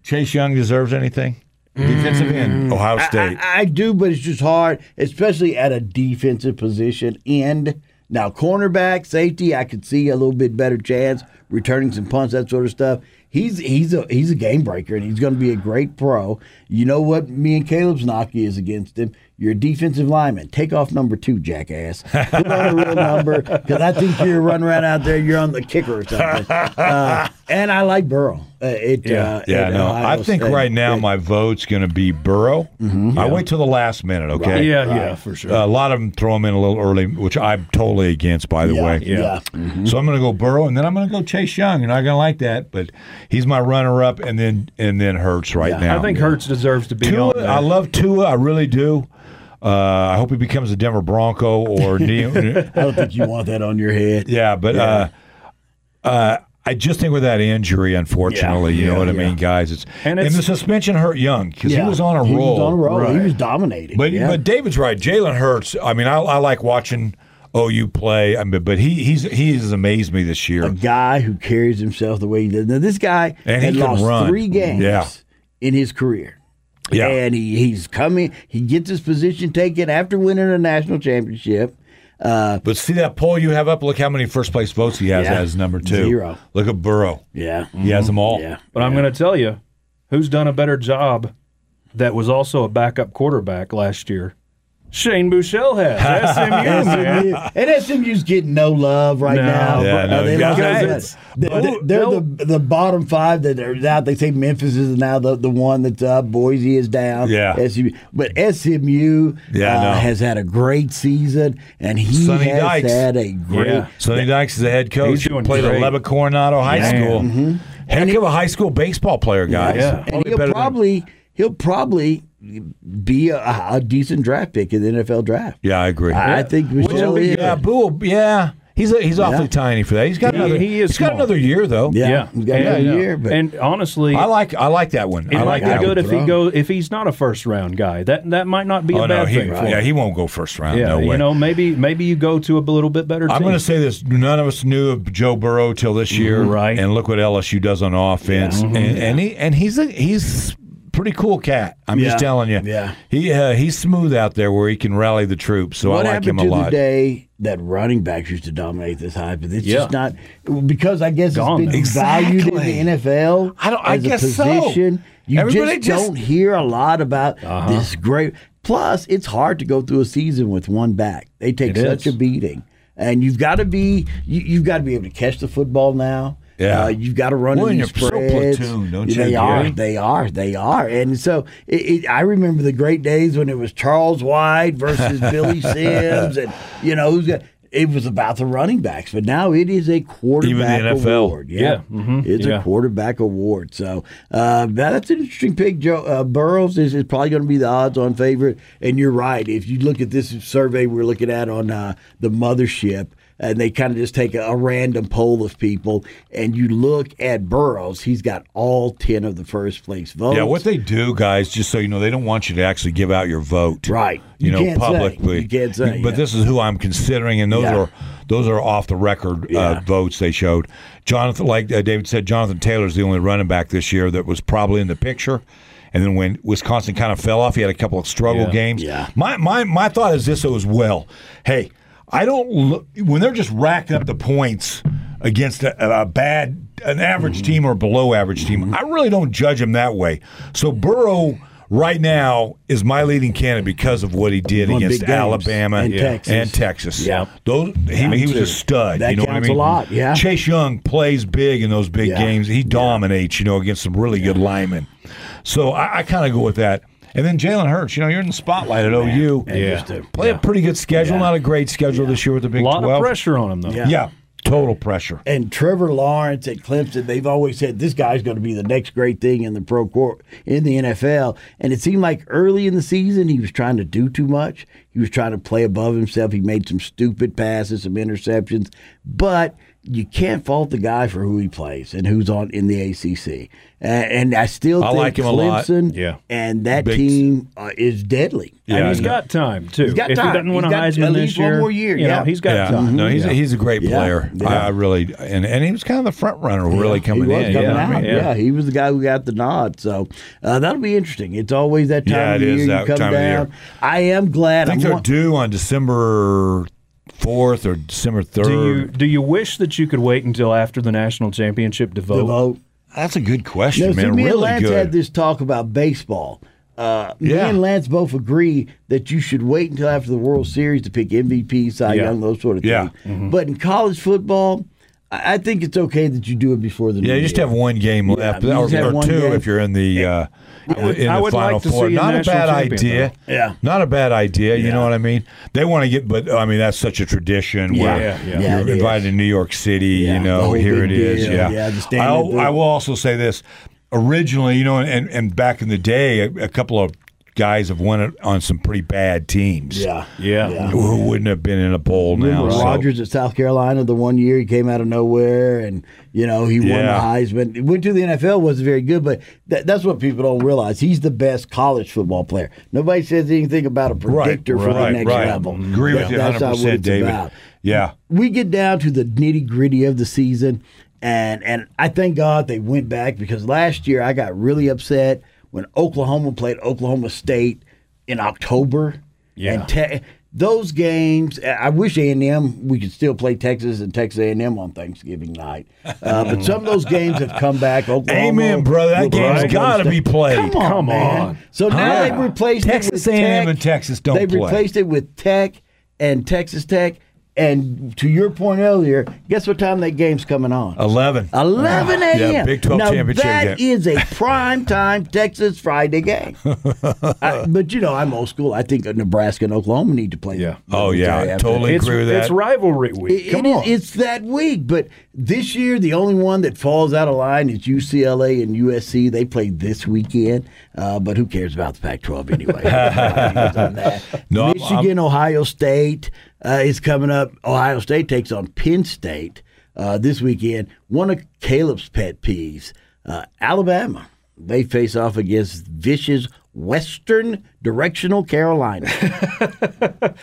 Speaker 2: Chase Young deserves anything? Defensive end, Ohio State.
Speaker 1: Mm. I, I do, but it's just hard, especially at a defensive position. End now, cornerback, safety, I could see a little bit better chance returning some punts, that sort of stuff. He's he's a he's a game breaker, and he's going to be a great pro. You know what? Me and Caleb's knock is against him. You're a defensive lineman. Take off number two, jackass. Put on a real number because I think you're running around out there. You're on the kicker or something. Uh, and I like Burrow. Uh, it, uh,
Speaker 2: yeah,
Speaker 1: at
Speaker 2: no.
Speaker 1: Ohio
Speaker 2: I think
Speaker 1: State.
Speaker 2: right now my vote's going to be Burrow. I wait till the last minute, okay?
Speaker 3: Yeah, yeah, for sure.
Speaker 2: a lot of them throw him in a little early, which I'm totally against, by the
Speaker 1: Yeah,
Speaker 2: way.
Speaker 1: yeah.
Speaker 2: So I'm going to go Burrow, and then I'm going to go Chase Young. You're not going to like that, but he's my runner-up, and then and then Hurts right now.
Speaker 3: I think Hertz deserves to be
Speaker 2: Tua.
Speaker 3: on there.
Speaker 2: I love Tua. I really do. Uh, I hope he becomes a Denver Bronco or Neo.
Speaker 1: I don't think you want that on your head.
Speaker 2: yeah, but Uh, uh, I just think with that injury, unfortunately, you
Speaker 1: Yeah,
Speaker 2: know what I
Speaker 1: yeah.
Speaker 2: mean, guys. It's and,
Speaker 3: And it's-
Speaker 2: the suspension hurt Young because
Speaker 1: Yeah.
Speaker 2: he was on a
Speaker 1: he
Speaker 2: roll.
Speaker 1: was on a roll. He
Speaker 3: Right.
Speaker 1: was dominating.
Speaker 2: But
Speaker 1: yeah.
Speaker 2: but David's right. Jalen Hurts. I mean, I, I like watching OU play. I mean, but he he's he has amazed me this year.
Speaker 1: a guy who carries himself the way he does. Now this guy
Speaker 2: And he
Speaker 1: had
Speaker 2: can
Speaker 1: lost
Speaker 2: run.
Speaker 1: three games
Speaker 2: Yeah.
Speaker 1: in his career.
Speaker 2: Yeah.
Speaker 1: And he, he's coming. He gets his position taken after winning a national championship. Uh,
Speaker 2: But see that poll you have up. Look how many first place votes he has
Speaker 1: Yeah.
Speaker 2: as number two.
Speaker 1: Zero.
Speaker 2: Look at Burrow.
Speaker 1: yeah.
Speaker 2: He has them all.
Speaker 1: Yeah.
Speaker 3: But I'm going to tell you who's done a better job that was also a backup quarterback last year. Shane Bouchel has. SMU, man.
Speaker 1: SMU, and SMU's getting no love right
Speaker 3: No.
Speaker 1: now.
Speaker 2: Yeah,
Speaker 1: Uh,
Speaker 2: no,
Speaker 1: they
Speaker 2: yeah.
Speaker 1: lost
Speaker 2: Guys,
Speaker 1: that. They-
Speaker 3: but-
Speaker 1: they- they're the the bottom five that are out. They say Memphis is now the, the one that's up. Boise is down.
Speaker 2: Yeah.
Speaker 1: SMU, but SMU
Speaker 2: Yeah, I
Speaker 1: uh,
Speaker 2: know.
Speaker 1: has had a great season, and he
Speaker 2: Sonny
Speaker 1: has
Speaker 2: Dykes.
Speaker 1: had a great.
Speaker 3: Yeah.
Speaker 2: Sonny Dykes is the head coach.
Speaker 3: He's doing
Speaker 2: Played
Speaker 3: great.
Speaker 2: at Lubbock Coronado High
Speaker 3: Yeah.
Speaker 2: School.
Speaker 1: Mm-hmm.
Speaker 2: Heck of a high school baseball player, guys.
Speaker 3: Yeah.
Speaker 1: And he'll
Speaker 2: better than-
Speaker 1: probably he'll probably be a, a decent draft pick in the NFL draft.
Speaker 2: yeah, I agree.
Speaker 1: I think Michelle
Speaker 2: yeah,
Speaker 1: is.
Speaker 2: yeah, Boo. Yeah, he's a, he's awfully
Speaker 1: Yeah.
Speaker 2: tiny for that. He's got
Speaker 3: He-
Speaker 2: another.
Speaker 3: he is
Speaker 2: he's got
Speaker 3: small.
Speaker 2: another year though.
Speaker 1: Yeah.
Speaker 3: Yeah.
Speaker 1: He's got
Speaker 3: Yeah,
Speaker 1: another
Speaker 3: yeah.
Speaker 1: year, but
Speaker 3: And honestly,
Speaker 2: I like I like that one.
Speaker 3: it
Speaker 2: I
Speaker 3: might
Speaker 2: like
Speaker 3: be
Speaker 2: that
Speaker 1: Howard
Speaker 3: good if he
Speaker 1: Brown.
Speaker 3: go if he's not a first round guy. That that might not be a
Speaker 2: Oh
Speaker 3: bad
Speaker 2: no, he,
Speaker 3: thing. for
Speaker 2: yeah,
Speaker 3: him.
Speaker 2: he won't go first round.
Speaker 3: yeah.
Speaker 2: no way.
Speaker 3: You know, maybe maybe you go to a little bit better.
Speaker 2: I'm
Speaker 3: team.
Speaker 2: going to say this: none of us knew of Joe Burrow till this year,
Speaker 3: Right. Mm-hmm.
Speaker 2: And look what LSU does on offense, and, and he and he's a, he's pretty cool cat. I'm
Speaker 1: Yeah.
Speaker 2: just telling you,
Speaker 1: Yeah.
Speaker 2: He uh, he's smooth out there where he can rally the troops, so
Speaker 1: What
Speaker 2: I like
Speaker 1: happened
Speaker 2: him a
Speaker 1: to
Speaker 2: lot.
Speaker 1: the day that running backs used to dominate this hype? It's
Speaker 3: Yeah.
Speaker 1: just not because I guess
Speaker 3: Gone
Speaker 1: it's
Speaker 3: now.
Speaker 1: been valued in the NFL.
Speaker 2: I don't- I
Speaker 1: as
Speaker 2: guess
Speaker 1: a
Speaker 2: so.
Speaker 1: position. You
Speaker 2: Everybody
Speaker 1: just,
Speaker 2: just- Uh-huh.
Speaker 1: don't hear a lot about this great. Plus, it's hard to go through a season with one back. They take
Speaker 3: It
Speaker 1: such
Speaker 3: is.
Speaker 1: a beating, and you've got to be you, you've got to be able to catch the football now.
Speaker 2: Yeah.
Speaker 1: Uh, you've got to run
Speaker 2: Well,
Speaker 1: in
Speaker 2: and
Speaker 1: these
Speaker 2: you're so
Speaker 1: spreads.
Speaker 2: platoon, don't
Speaker 1: They
Speaker 2: you,
Speaker 1: are.
Speaker 2: Gary?
Speaker 1: They are. They are. And so it, it, I remember the great days when it was Charles White versus Billy Sims, and you know who's got. It was about the running backs, but now it is a quarterback
Speaker 2: NFL.
Speaker 1: award. Yeah,
Speaker 3: Yeah, mhm,
Speaker 1: it's
Speaker 3: yeah.
Speaker 1: a quarterback award. So uh, that- that's an interesting pick. Joe uh, Burrows is, is probably going to be the odds-on favorite, and you're right. If you look at this survey we're looking at on uh, the mothership, and they kind of just take a, a random poll of people, and you look at Burrows, he's got all ten of the first place votes.
Speaker 2: yeah, what they do, guys, just so you know, they don't want you to actually give out your vote,
Speaker 1: Right.
Speaker 2: You,
Speaker 1: You
Speaker 2: know,
Speaker 1: can't say.
Speaker 2: publicly.
Speaker 1: You can't say,
Speaker 2: But
Speaker 1: yeah.
Speaker 2: this is who I'm considering, and those
Speaker 1: Yeah.
Speaker 2: are those are off the record uh,
Speaker 1: Yeah.
Speaker 2: votes they showed. Jonathan, like uh, David said, Jonathan Taylor's the only running back this year that was probably in the picture. And then when Wisconsin kind of fell off, he had a couple of struggle
Speaker 3: Yeah.
Speaker 2: games.
Speaker 1: Yeah.
Speaker 2: My my my thought is this though as well. Hey, I don't look when they're just racking up the points against a, a
Speaker 1: Mm-hmm.
Speaker 2: bad, an average team or below average team. I really don't judge them that way. So Burrow right now is my leading candidate because of what he did
Speaker 1: Won
Speaker 2: against
Speaker 1: big games.
Speaker 2: Alabama
Speaker 1: And Texas.
Speaker 2: and Texas.
Speaker 1: Yeah.
Speaker 2: those he, he was a stud.
Speaker 1: That
Speaker 2: you know what I
Speaker 1: counts a
Speaker 2: mean?
Speaker 1: lot, yeah.
Speaker 2: Chase Young plays big in those big
Speaker 1: Yeah.
Speaker 2: games. He dominates, you know, against some really good linemen. So I, I kind of go with that. And then Jalen Hurts, you know, you're in the spotlight at OU.
Speaker 1: Yeah.
Speaker 2: Play a pretty good schedule, not a great schedule this year with the Big
Speaker 3: A lot
Speaker 2: 12.
Speaker 3: of pressure on him though.
Speaker 1: Yeah.
Speaker 2: Yeah, total pressure.
Speaker 1: and Trevor Lawrence at Clemson, they've always said this guy's going to be the next great thing in the pro court in the NFL. And it seemed like early in the season he was trying to do too much. He was trying to play above himself. He made some stupid passes, some interceptions, but you can't fault the guy for who he plays and who's on in the ACC. A- And I still
Speaker 2: I
Speaker 1: think
Speaker 2: like him a lot.
Speaker 1: Clemson
Speaker 3: Yeah.
Speaker 1: and that
Speaker 2: Big-
Speaker 1: team uh, is deadly.
Speaker 3: And
Speaker 2: Yeah,
Speaker 3: he's
Speaker 2: I know.
Speaker 3: got time too.
Speaker 1: He's got
Speaker 3: if
Speaker 1: time.
Speaker 3: he doesn't win
Speaker 1: He's
Speaker 3: a
Speaker 1: got at
Speaker 3: Heisman
Speaker 1: least
Speaker 3: this
Speaker 1: one
Speaker 3: year,
Speaker 1: more year,
Speaker 3: you know,
Speaker 1: yeah.
Speaker 3: he's got
Speaker 2: yeah,
Speaker 3: time.
Speaker 2: no, he's a, he's a great
Speaker 1: Mm-hmm. Yeah,
Speaker 2: player.
Speaker 1: yeah.
Speaker 2: I, I really and and he was kind of the front runner, really
Speaker 1: he
Speaker 2: coming
Speaker 1: was
Speaker 2: in.
Speaker 1: Coming
Speaker 2: yeah,
Speaker 1: out.
Speaker 2: I mean,
Speaker 1: yeah. he was the guy who got the nod. So uh, that'll be interesting. It's always that time
Speaker 2: Yeah,
Speaker 1: of
Speaker 2: it
Speaker 1: the
Speaker 2: is
Speaker 1: year
Speaker 2: that
Speaker 1: you come
Speaker 2: time of the year.
Speaker 1: down. I am glad.
Speaker 2: I think
Speaker 1: I'm
Speaker 2: they're
Speaker 1: wa-
Speaker 2: due on December fourth or December third.
Speaker 3: Do you do you wish that you could wait until after the national championship to vote?
Speaker 1: the vote.
Speaker 2: That's a good question,
Speaker 1: No, see,
Speaker 2: man.
Speaker 1: me
Speaker 2: really
Speaker 1: and Lance
Speaker 2: good.
Speaker 1: had this talk about baseball. Uh,
Speaker 2: Yeah.
Speaker 1: Me and Lance both agree that you should wait until after the World Series to pick MVP, Cy
Speaker 3: Yeah.
Speaker 1: Young, those sort of
Speaker 2: Yeah. Mm-hmm.
Speaker 1: things. But in college football, I I think it's okay that you do it before the
Speaker 2: yeah, you just have one game left,
Speaker 1: you
Speaker 2: or,
Speaker 1: just have
Speaker 2: or
Speaker 1: one
Speaker 2: two
Speaker 1: game.
Speaker 2: if you're in the uh,
Speaker 3: would-
Speaker 2: in
Speaker 3: I
Speaker 2: the
Speaker 3: would
Speaker 2: final
Speaker 3: like to
Speaker 2: four.
Speaker 3: see a
Speaker 2: Not a
Speaker 3: national
Speaker 2: bad
Speaker 3: champion,
Speaker 2: idea.
Speaker 1: though. Yeah.
Speaker 2: not a bad idea. You know
Speaker 1: Yeah.
Speaker 2: what I mean? They want to get, but I mean that's such a tradition. where
Speaker 3: Yeah, yeah.
Speaker 2: you're
Speaker 1: Yeah, it is.
Speaker 2: invited to New York City.
Speaker 1: Yeah,
Speaker 2: you
Speaker 1: the
Speaker 2: know,
Speaker 1: whole
Speaker 2: here it
Speaker 1: big
Speaker 2: is.
Speaker 1: deal.
Speaker 2: Yeah,
Speaker 1: Yeah, the standard
Speaker 2: I'll, I
Speaker 1: thing.
Speaker 2: will also say this. Originally, you know, and and back in the day, a, a couple of guys have won it on some pretty bad teams.
Speaker 1: Yeah.
Speaker 3: Yeah.
Speaker 2: Who wouldn't have been in a bowl now?
Speaker 1: Remember
Speaker 2: so-
Speaker 1: Rodgers at South Carolina the one year he came out of nowhere and you know he
Speaker 2: Yeah.
Speaker 1: won the Heisman. Went to the NFL wasn't very good, but that, that's what people don't realize. He's the best college football player. Nobody says anything about a predictor for the next level.
Speaker 2: Agree with
Speaker 1: That-
Speaker 2: you
Speaker 1: that's not
Speaker 2: 100%,
Speaker 1: what it's
Speaker 2: David.
Speaker 1: about.
Speaker 2: Yeah.
Speaker 1: We get down to the nitty gritty of the season, and and I thank God they went back because last year I got really upset when Oklahoma played Oklahoma State in October.
Speaker 3: Yeah.
Speaker 1: And te- those games, I I wish A and M we could still play Texas and Texas A and M on Thanksgiving night, uh, but some of those games have come back. Oklahoma,
Speaker 2: Amen, brother. That
Speaker 1: with
Speaker 2: game's
Speaker 1: Oklahoma
Speaker 2: gotta
Speaker 1: State.
Speaker 2: be played.
Speaker 1: Come on,
Speaker 3: Come
Speaker 1: man.
Speaker 3: on.
Speaker 1: So now
Speaker 2: Huh?
Speaker 1: they've replaced it
Speaker 2: Texas
Speaker 1: with
Speaker 2: A&M
Speaker 1: Tech.
Speaker 2: and Texas don't
Speaker 1: They've
Speaker 2: play.
Speaker 1: replaced it with Tech and Texas Tech. And to your point earlier, guess what time that game's coming on?
Speaker 2: 11.
Speaker 1: 11
Speaker 2: Yeah,
Speaker 1: a.m.
Speaker 2: Big 12
Speaker 1: now,
Speaker 2: championship
Speaker 1: That
Speaker 2: game.
Speaker 1: is a prime time Texas Friday game. I- but you know, I'm old school. I think Nebraska and Oklahoma need to play.
Speaker 3: Yeah.
Speaker 2: Oh, yeah.
Speaker 1: after.
Speaker 2: Totally
Speaker 3: It's,
Speaker 2: agree with that.
Speaker 3: it's rivalry week.
Speaker 1: It-
Speaker 3: Come
Speaker 1: it is-
Speaker 3: on.
Speaker 1: it's that week. But this year, the only one that falls out of line is UCLA and USC. They play this weekend, uh, but who cares about the Pac-12 anyway? On that.
Speaker 2: No, I'm-
Speaker 1: Michigan, Ohio State uh, is coming up. Ohio State takes on Penn State uh, this weekend. One of Caleb's pet peeves: uh, Alabama. They face off against vicious Western Directional Carolina.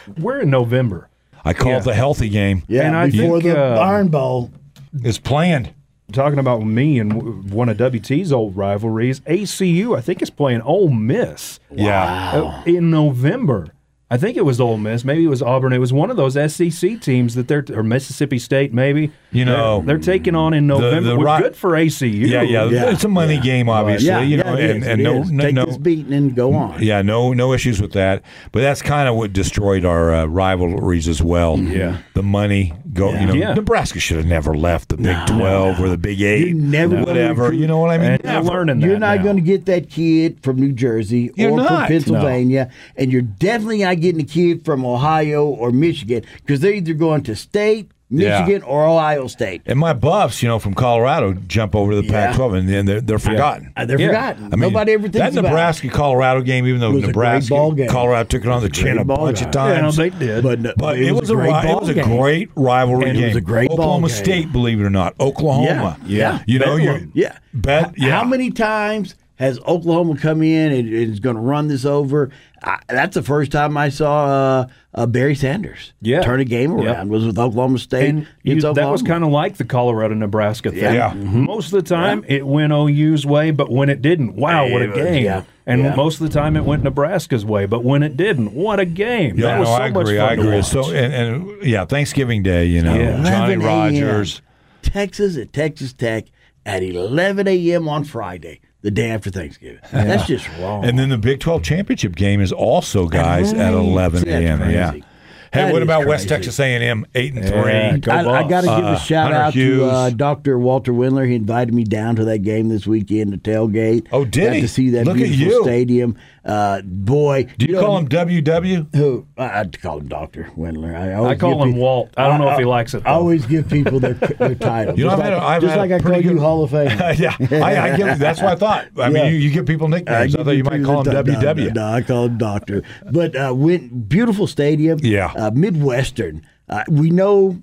Speaker 3: We're in November.
Speaker 2: I call it the healthy game.
Speaker 1: Yeah,
Speaker 3: And I
Speaker 1: before
Speaker 3: think,
Speaker 1: the
Speaker 3: uh,
Speaker 1: Iron Bowl.
Speaker 2: It's planned.
Speaker 3: Talking about me and w- one of WT's old rivalries, ACU I think is playing Ole Miss
Speaker 2: Yeah.
Speaker 3: uh, in November. I think it was Ole Miss, maybe it was Auburn. It was one of those SEC teams that they're or Mississippi State maybe.
Speaker 2: You know,
Speaker 3: they're, they're taking on in November.
Speaker 2: the
Speaker 3: We're
Speaker 2: ri-
Speaker 3: good for ACU.
Speaker 2: Yeah, yeah,
Speaker 1: Yeah.
Speaker 2: It's a money game, obviously.
Speaker 1: Yeah,
Speaker 2: you know,
Speaker 1: yeah, it
Speaker 2: and,
Speaker 1: is,
Speaker 2: and
Speaker 1: it
Speaker 2: no,
Speaker 1: is.
Speaker 2: no,
Speaker 1: take
Speaker 2: no,
Speaker 1: this beating and go on.
Speaker 2: yeah, no, no issues with that. But that's kind of what destroyed our uh, rivalries as well.
Speaker 1: Mm-hmm.
Speaker 3: Yeah.
Speaker 2: the money go. You know,
Speaker 3: Yeah.
Speaker 2: Nebraska should have never left the Big Twelve or the Big Eight.
Speaker 1: never will
Speaker 2: whatever.
Speaker 1: recruit-
Speaker 2: You know what I mean?
Speaker 3: And they're
Speaker 2: Never.
Speaker 3: learning that.
Speaker 1: You're not
Speaker 3: now.
Speaker 1: going to get that kid from New Jersey
Speaker 2: You're
Speaker 1: or
Speaker 2: not, no.
Speaker 1: from Pennsylvania, and you're definitely not getting a kid from Ohio or Michigan because they're either going to state,
Speaker 2: Yeah.
Speaker 1: Michigan, or Ohio State.
Speaker 2: And my buffs, you know, from Colorado, jump over to the
Speaker 1: Yeah.
Speaker 2: Pac-12, and then they're, they're forgotten.
Speaker 1: Uh, They're
Speaker 3: Yeah.
Speaker 1: forgotten.
Speaker 2: I mean,
Speaker 1: Nobody ever thinks
Speaker 2: that
Speaker 1: about
Speaker 2: Nebraska Colorado game, even though
Speaker 1: was a great
Speaker 2: Nebraska
Speaker 1: ball game.
Speaker 2: Colorado took it on the chin a
Speaker 1: ball
Speaker 2: bunch
Speaker 1: game.
Speaker 2: of
Speaker 3: Yeah, no,
Speaker 2: times.
Speaker 3: they did.
Speaker 1: it. But, no-
Speaker 2: But it, was, a,
Speaker 1: great
Speaker 2: ri- it
Speaker 1: ball
Speaker 2: was a
Speaker 1: game.
Speaker 2: great rivalry
Speaker 1: And it
Speaker 2: game.
Speaker 1: was a great ball
Speaker 2: Oklahoma
Speaker 1: game.
Speaker 2: State, believe it or not, Oklahoma.
Speaker 1: Yeah, yeah.
Speaker 2: you know, you
Speaker 1: Bedlam. Yeah.
Speaker 2: bet. Yeah.
Speaker 1: How many times has Oklahoma come in and, and is going to run this over? I, that's the first time I saw uh, uh, Barry Sanders
Speaker 3: Yeah.
Speaker 1: turn a game around.
Speaker 3: Yep.
Speaker 1: Was with Oklahoma State.
Speaker 3: And you-
Speaker 1: against
Speaker 3: that was
Speaker 1: Oklahoma.
Speaker 3: kind of like the Colorado Nebraska thing.
Speaker 2: Yeah.
Speaker 3: Most of the time it went OU's way, but when it didn't, wow, what a
Speaker 1: It was-
Speaker 3: game.
Speaker 1: yeah.
Speaker 3: And
Speaker 1: Yeah.
Speaker 3: most of the time it went Nebraska's way, but when it didn't, what a game.
Speaker 2: Yeah,
Speaker 3: that was
Speaker 2: no,
Speaker 3: so
Speaker 2: I
Speaker 3: much
Speaker 2: agree.
Speaker 3: fun
Speaker 2: I
Speaker 3: to
Speaker 2: agree.
Speaker 3: watch.
Speaker 2: So and, and yeah, Thanksgiving Day, you know,
Speaker 3: Yeah.
Speaker 2: Johnny
Speaker 1: 11 a.m.
Speaker 2: Rogers.
Speaker 1: Texas at Texas Tech at 11 a.m. on Friday. the day after Thanksgiving. That's just wrong.
Speaker 2: And then the Big 12 championship game is also guys at 11
Speaker 1: See, that's
Speaker 2: a.m. Yeah.
Speaker 1: crazy.
Speaker 2: Hey,
Speaker 1: That
Speaker 2: what
Speaker 1: is
Speaker 2: about West
Speaker 1: crazy.
Speaker 2: Texas A&M? Eight and
Speaker 3: Yeah,
Speaker 2: three.
Speaker 3: go
Speaker 1: I, I
Speaker 3: Bucks.
Speaker 1: got to give a shout
Speaker 2: Uh-uh. Hunter
Speaker 1: out
Speaker 2: Hughes.
Speaker 1: to uh, Dr. Walter Windler. He invited me down to that game this weekend to tailgate.
Speaker 2: Oh, did
Speaker 1: Got
Speaker 2: he?
Speaker 1: to see that
Speaker 2: Look at
Speaker 1: beautiful
Speaker 2: you.
Speaker 1: stadium. Uh, boy,
Speaker 2: Do you,
Speaker 1: know,
Speaker 2: call him WW?
Speaker 1: Who I, I call him Doctor Windler. I, always
Speaker 3: I call
Speaker 1: give
Speaker 3: him
Speaker 1: pe-
Speaker 3: Walt. I don't know if he likes it,
Speaker 1: I
Speaker 3: though.
Speaker 1: always give people their, their title.
Speaker 2: You know,
Speaker 1: just
Speaker 2: I've
Speaker 1: like,
Speaker 2: had a- I've
Speaker 1: just
Speaker 2: had a
Speaker 1: like I call
Speaker 2: pretty good-
Speaker 1: you Hall of Fame.
Speaker 2: yeah, I, I give, that's what I thought.
Speaker 1: Yeah.
Speaker 2: I mean, you, you give people nicknames. I,
Speaker 1: give
Speaker 2: thought you might
Speaker 1: people
Speaker 2: call him
Speaker 1: their ti- no,
Speaker 2: WW.
Speaker 1: No, no, I call him Doctor. But uh, went beautiful stadium.
Speaker 2: Yeah.
Speaker 1: uh, Midwestern. Uh, we know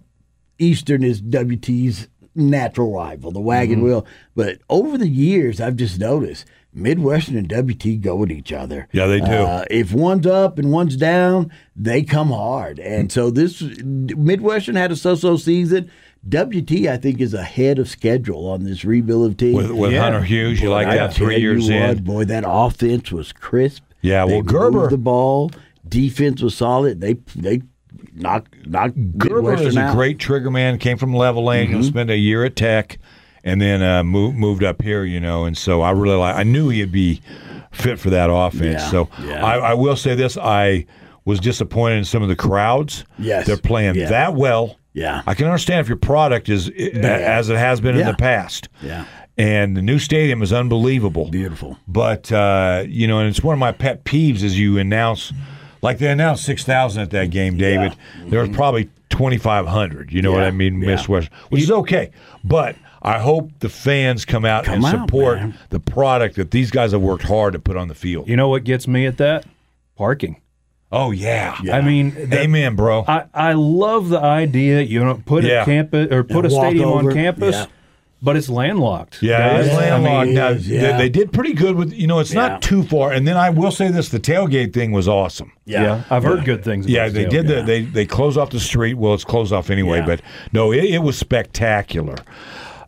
Speaker 1: Eastern is WT's natural rival, the wagon
Speaker 2: Mm-hmm.
Speaker 1: wheel. But over the years, I've just noticed Midwestern and WT go at each other.
Speaker 2: Yeah, they do.
Speaker 1: Uh, if one's up and one's down, they come hard. And so this Midwestern had a so-so season. WT, I think, is ahead of schedule on this rebuild of team.
Speaker 2: With, with
Speaker 3: Yeah.
Speaker 2: Hunter Hughes, you like
Speaker 1: I
Speaker 2: that
Speaker 1: tell
Speaker 2: three
Speaker 1: you
Speaker 2: years
Speaker 1: what,
Speaker 2: in.
Speaker 1: Boy, that offense was crisp.
Speaker 2: Yeah,
Speaker 1: They
Speaker 2: well, Gerber-
Speaker 1: moved the ball. Defense was solid. They they knocked knocked
Speaker 2: Gerber
Speaker 1: Midwestern
Speaker 2: is a
Speaker 1: out. Mm-hmm.
Speaker 2: great trigger man. Came from Level Lane. and Spent a year at Tech, and then uh, moved moved up here. You know, and so I really like. I knew he'd be fit for that offense.
Speaker 1: Yeah,
Speaker 2: so
Speaker 1: yeah.
Speaker 2: I, I will say this: I was disappointed in some of the crowds.
Speaker 1: Yes,
Speaker 2: they're playing
Speaker 1: yeah.
Speaker 2: that well.
Speaker 1: Yeah.
Speaker 2: I can understand if your product is a- as it has been in
Speaker 1: Yeah.
Speaker 2: the past.
Speaker 1: Yeah.
Speaker 2: and the new stadium is unbelievable.
Speaker 1: Beautiful.
Speaker 2: But uh, you know, and it's one of my pet peeves is you announce, like they announced six thousand at that game, David. There was probably twenty five hundred. You know what
Speaker 1: Mm-hmm. Yeah,
Speaker 2: I mean,
Speaker 1: yeah.
Speaker 2: Miss West, which is okay. But I hope the fans come out
Speaker 1: Come
Speaker 2: and
Speaker 1: out,
Speaker 2: support
Speaker 1: man.
Speaker 2: the product that these guys have worked hard to put on the field.
Speaker 3: You know what gets me at that? Parking.
Speaker 2: Oh yeah,
Speaker 3: I mean, that-
Speaker 2: amen, bro.
Speaker 3: I, I love the idea. You know, put
Speaker 2: Yeah.
Speaker 3: a campus or put
Speaker 1: Yeah,
Speaker 3: a
Speaker 1: walk
Speaker 3: stadium
Speaker 1: over.
Speaker 3: on campus,
Speaker 1: Yeah.
Speaker 3: but it's landlocked.
Speaker 2: Yeah,
Speaker 3: guys.
Speaker 2: it's
Speaker 1: Yeah, I
Speaker 2: landlocked.
Speaker 1: mean,
Speaker 2: Now,
Speaker 1: it is,
Speaker 2: they-
Speaker 1: yeah.
Speaker 2: They, did pretty good with you know. It's
Speaker 1: Yeah.
Speaker 2: not too far. And then I will say this: the tailgate thing was awesome.
Speaker 3: Yeah, I've heard good things. About
Speaker 2: Yeah, they
Speaker 3: Salem.
Speaker 2: did. The, they they close off the street. Well, it's closed off anyway,
Speaker 1: Yeah.
Speaker 2: but no, it, it was spectacular.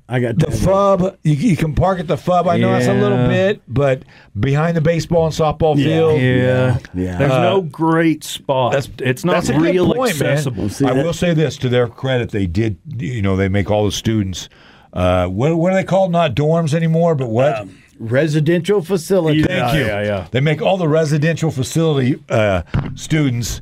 Speaker 1: I got
Speaker 2: The fub, you, you can park at the fub. I know it's a little
Speaker 3: Yeah.
Speaker 2: bit, but behind the baseball and softball
Speaker 1: Yeah.
Speaker 2: field.
Speaker 3: Yeah,
Speaker 1: Yeah.
Speaker 3: There's
Speaker 1: Uh,
Speaker 3: no great spot.
Speaker 2: That's,
Speaker 3: it's not
Speaker 2: that's a good
Speaker 3: real
Speaker 2: point, man.
Speaker 3: accessible.
Speaker 1: Well, see,
Speaker 2: I
Speaker 1: that-
Speaker 2: will say this to their credit: they did. You know, they make all the students. Uh, what what are they called? Not dorms anymore, but what?
Speaker 1: residential facility.
Speaker 2: Thank you.
Speaker 3: yeah, yeah.
Speaker 2: They make all the residential facility uh, students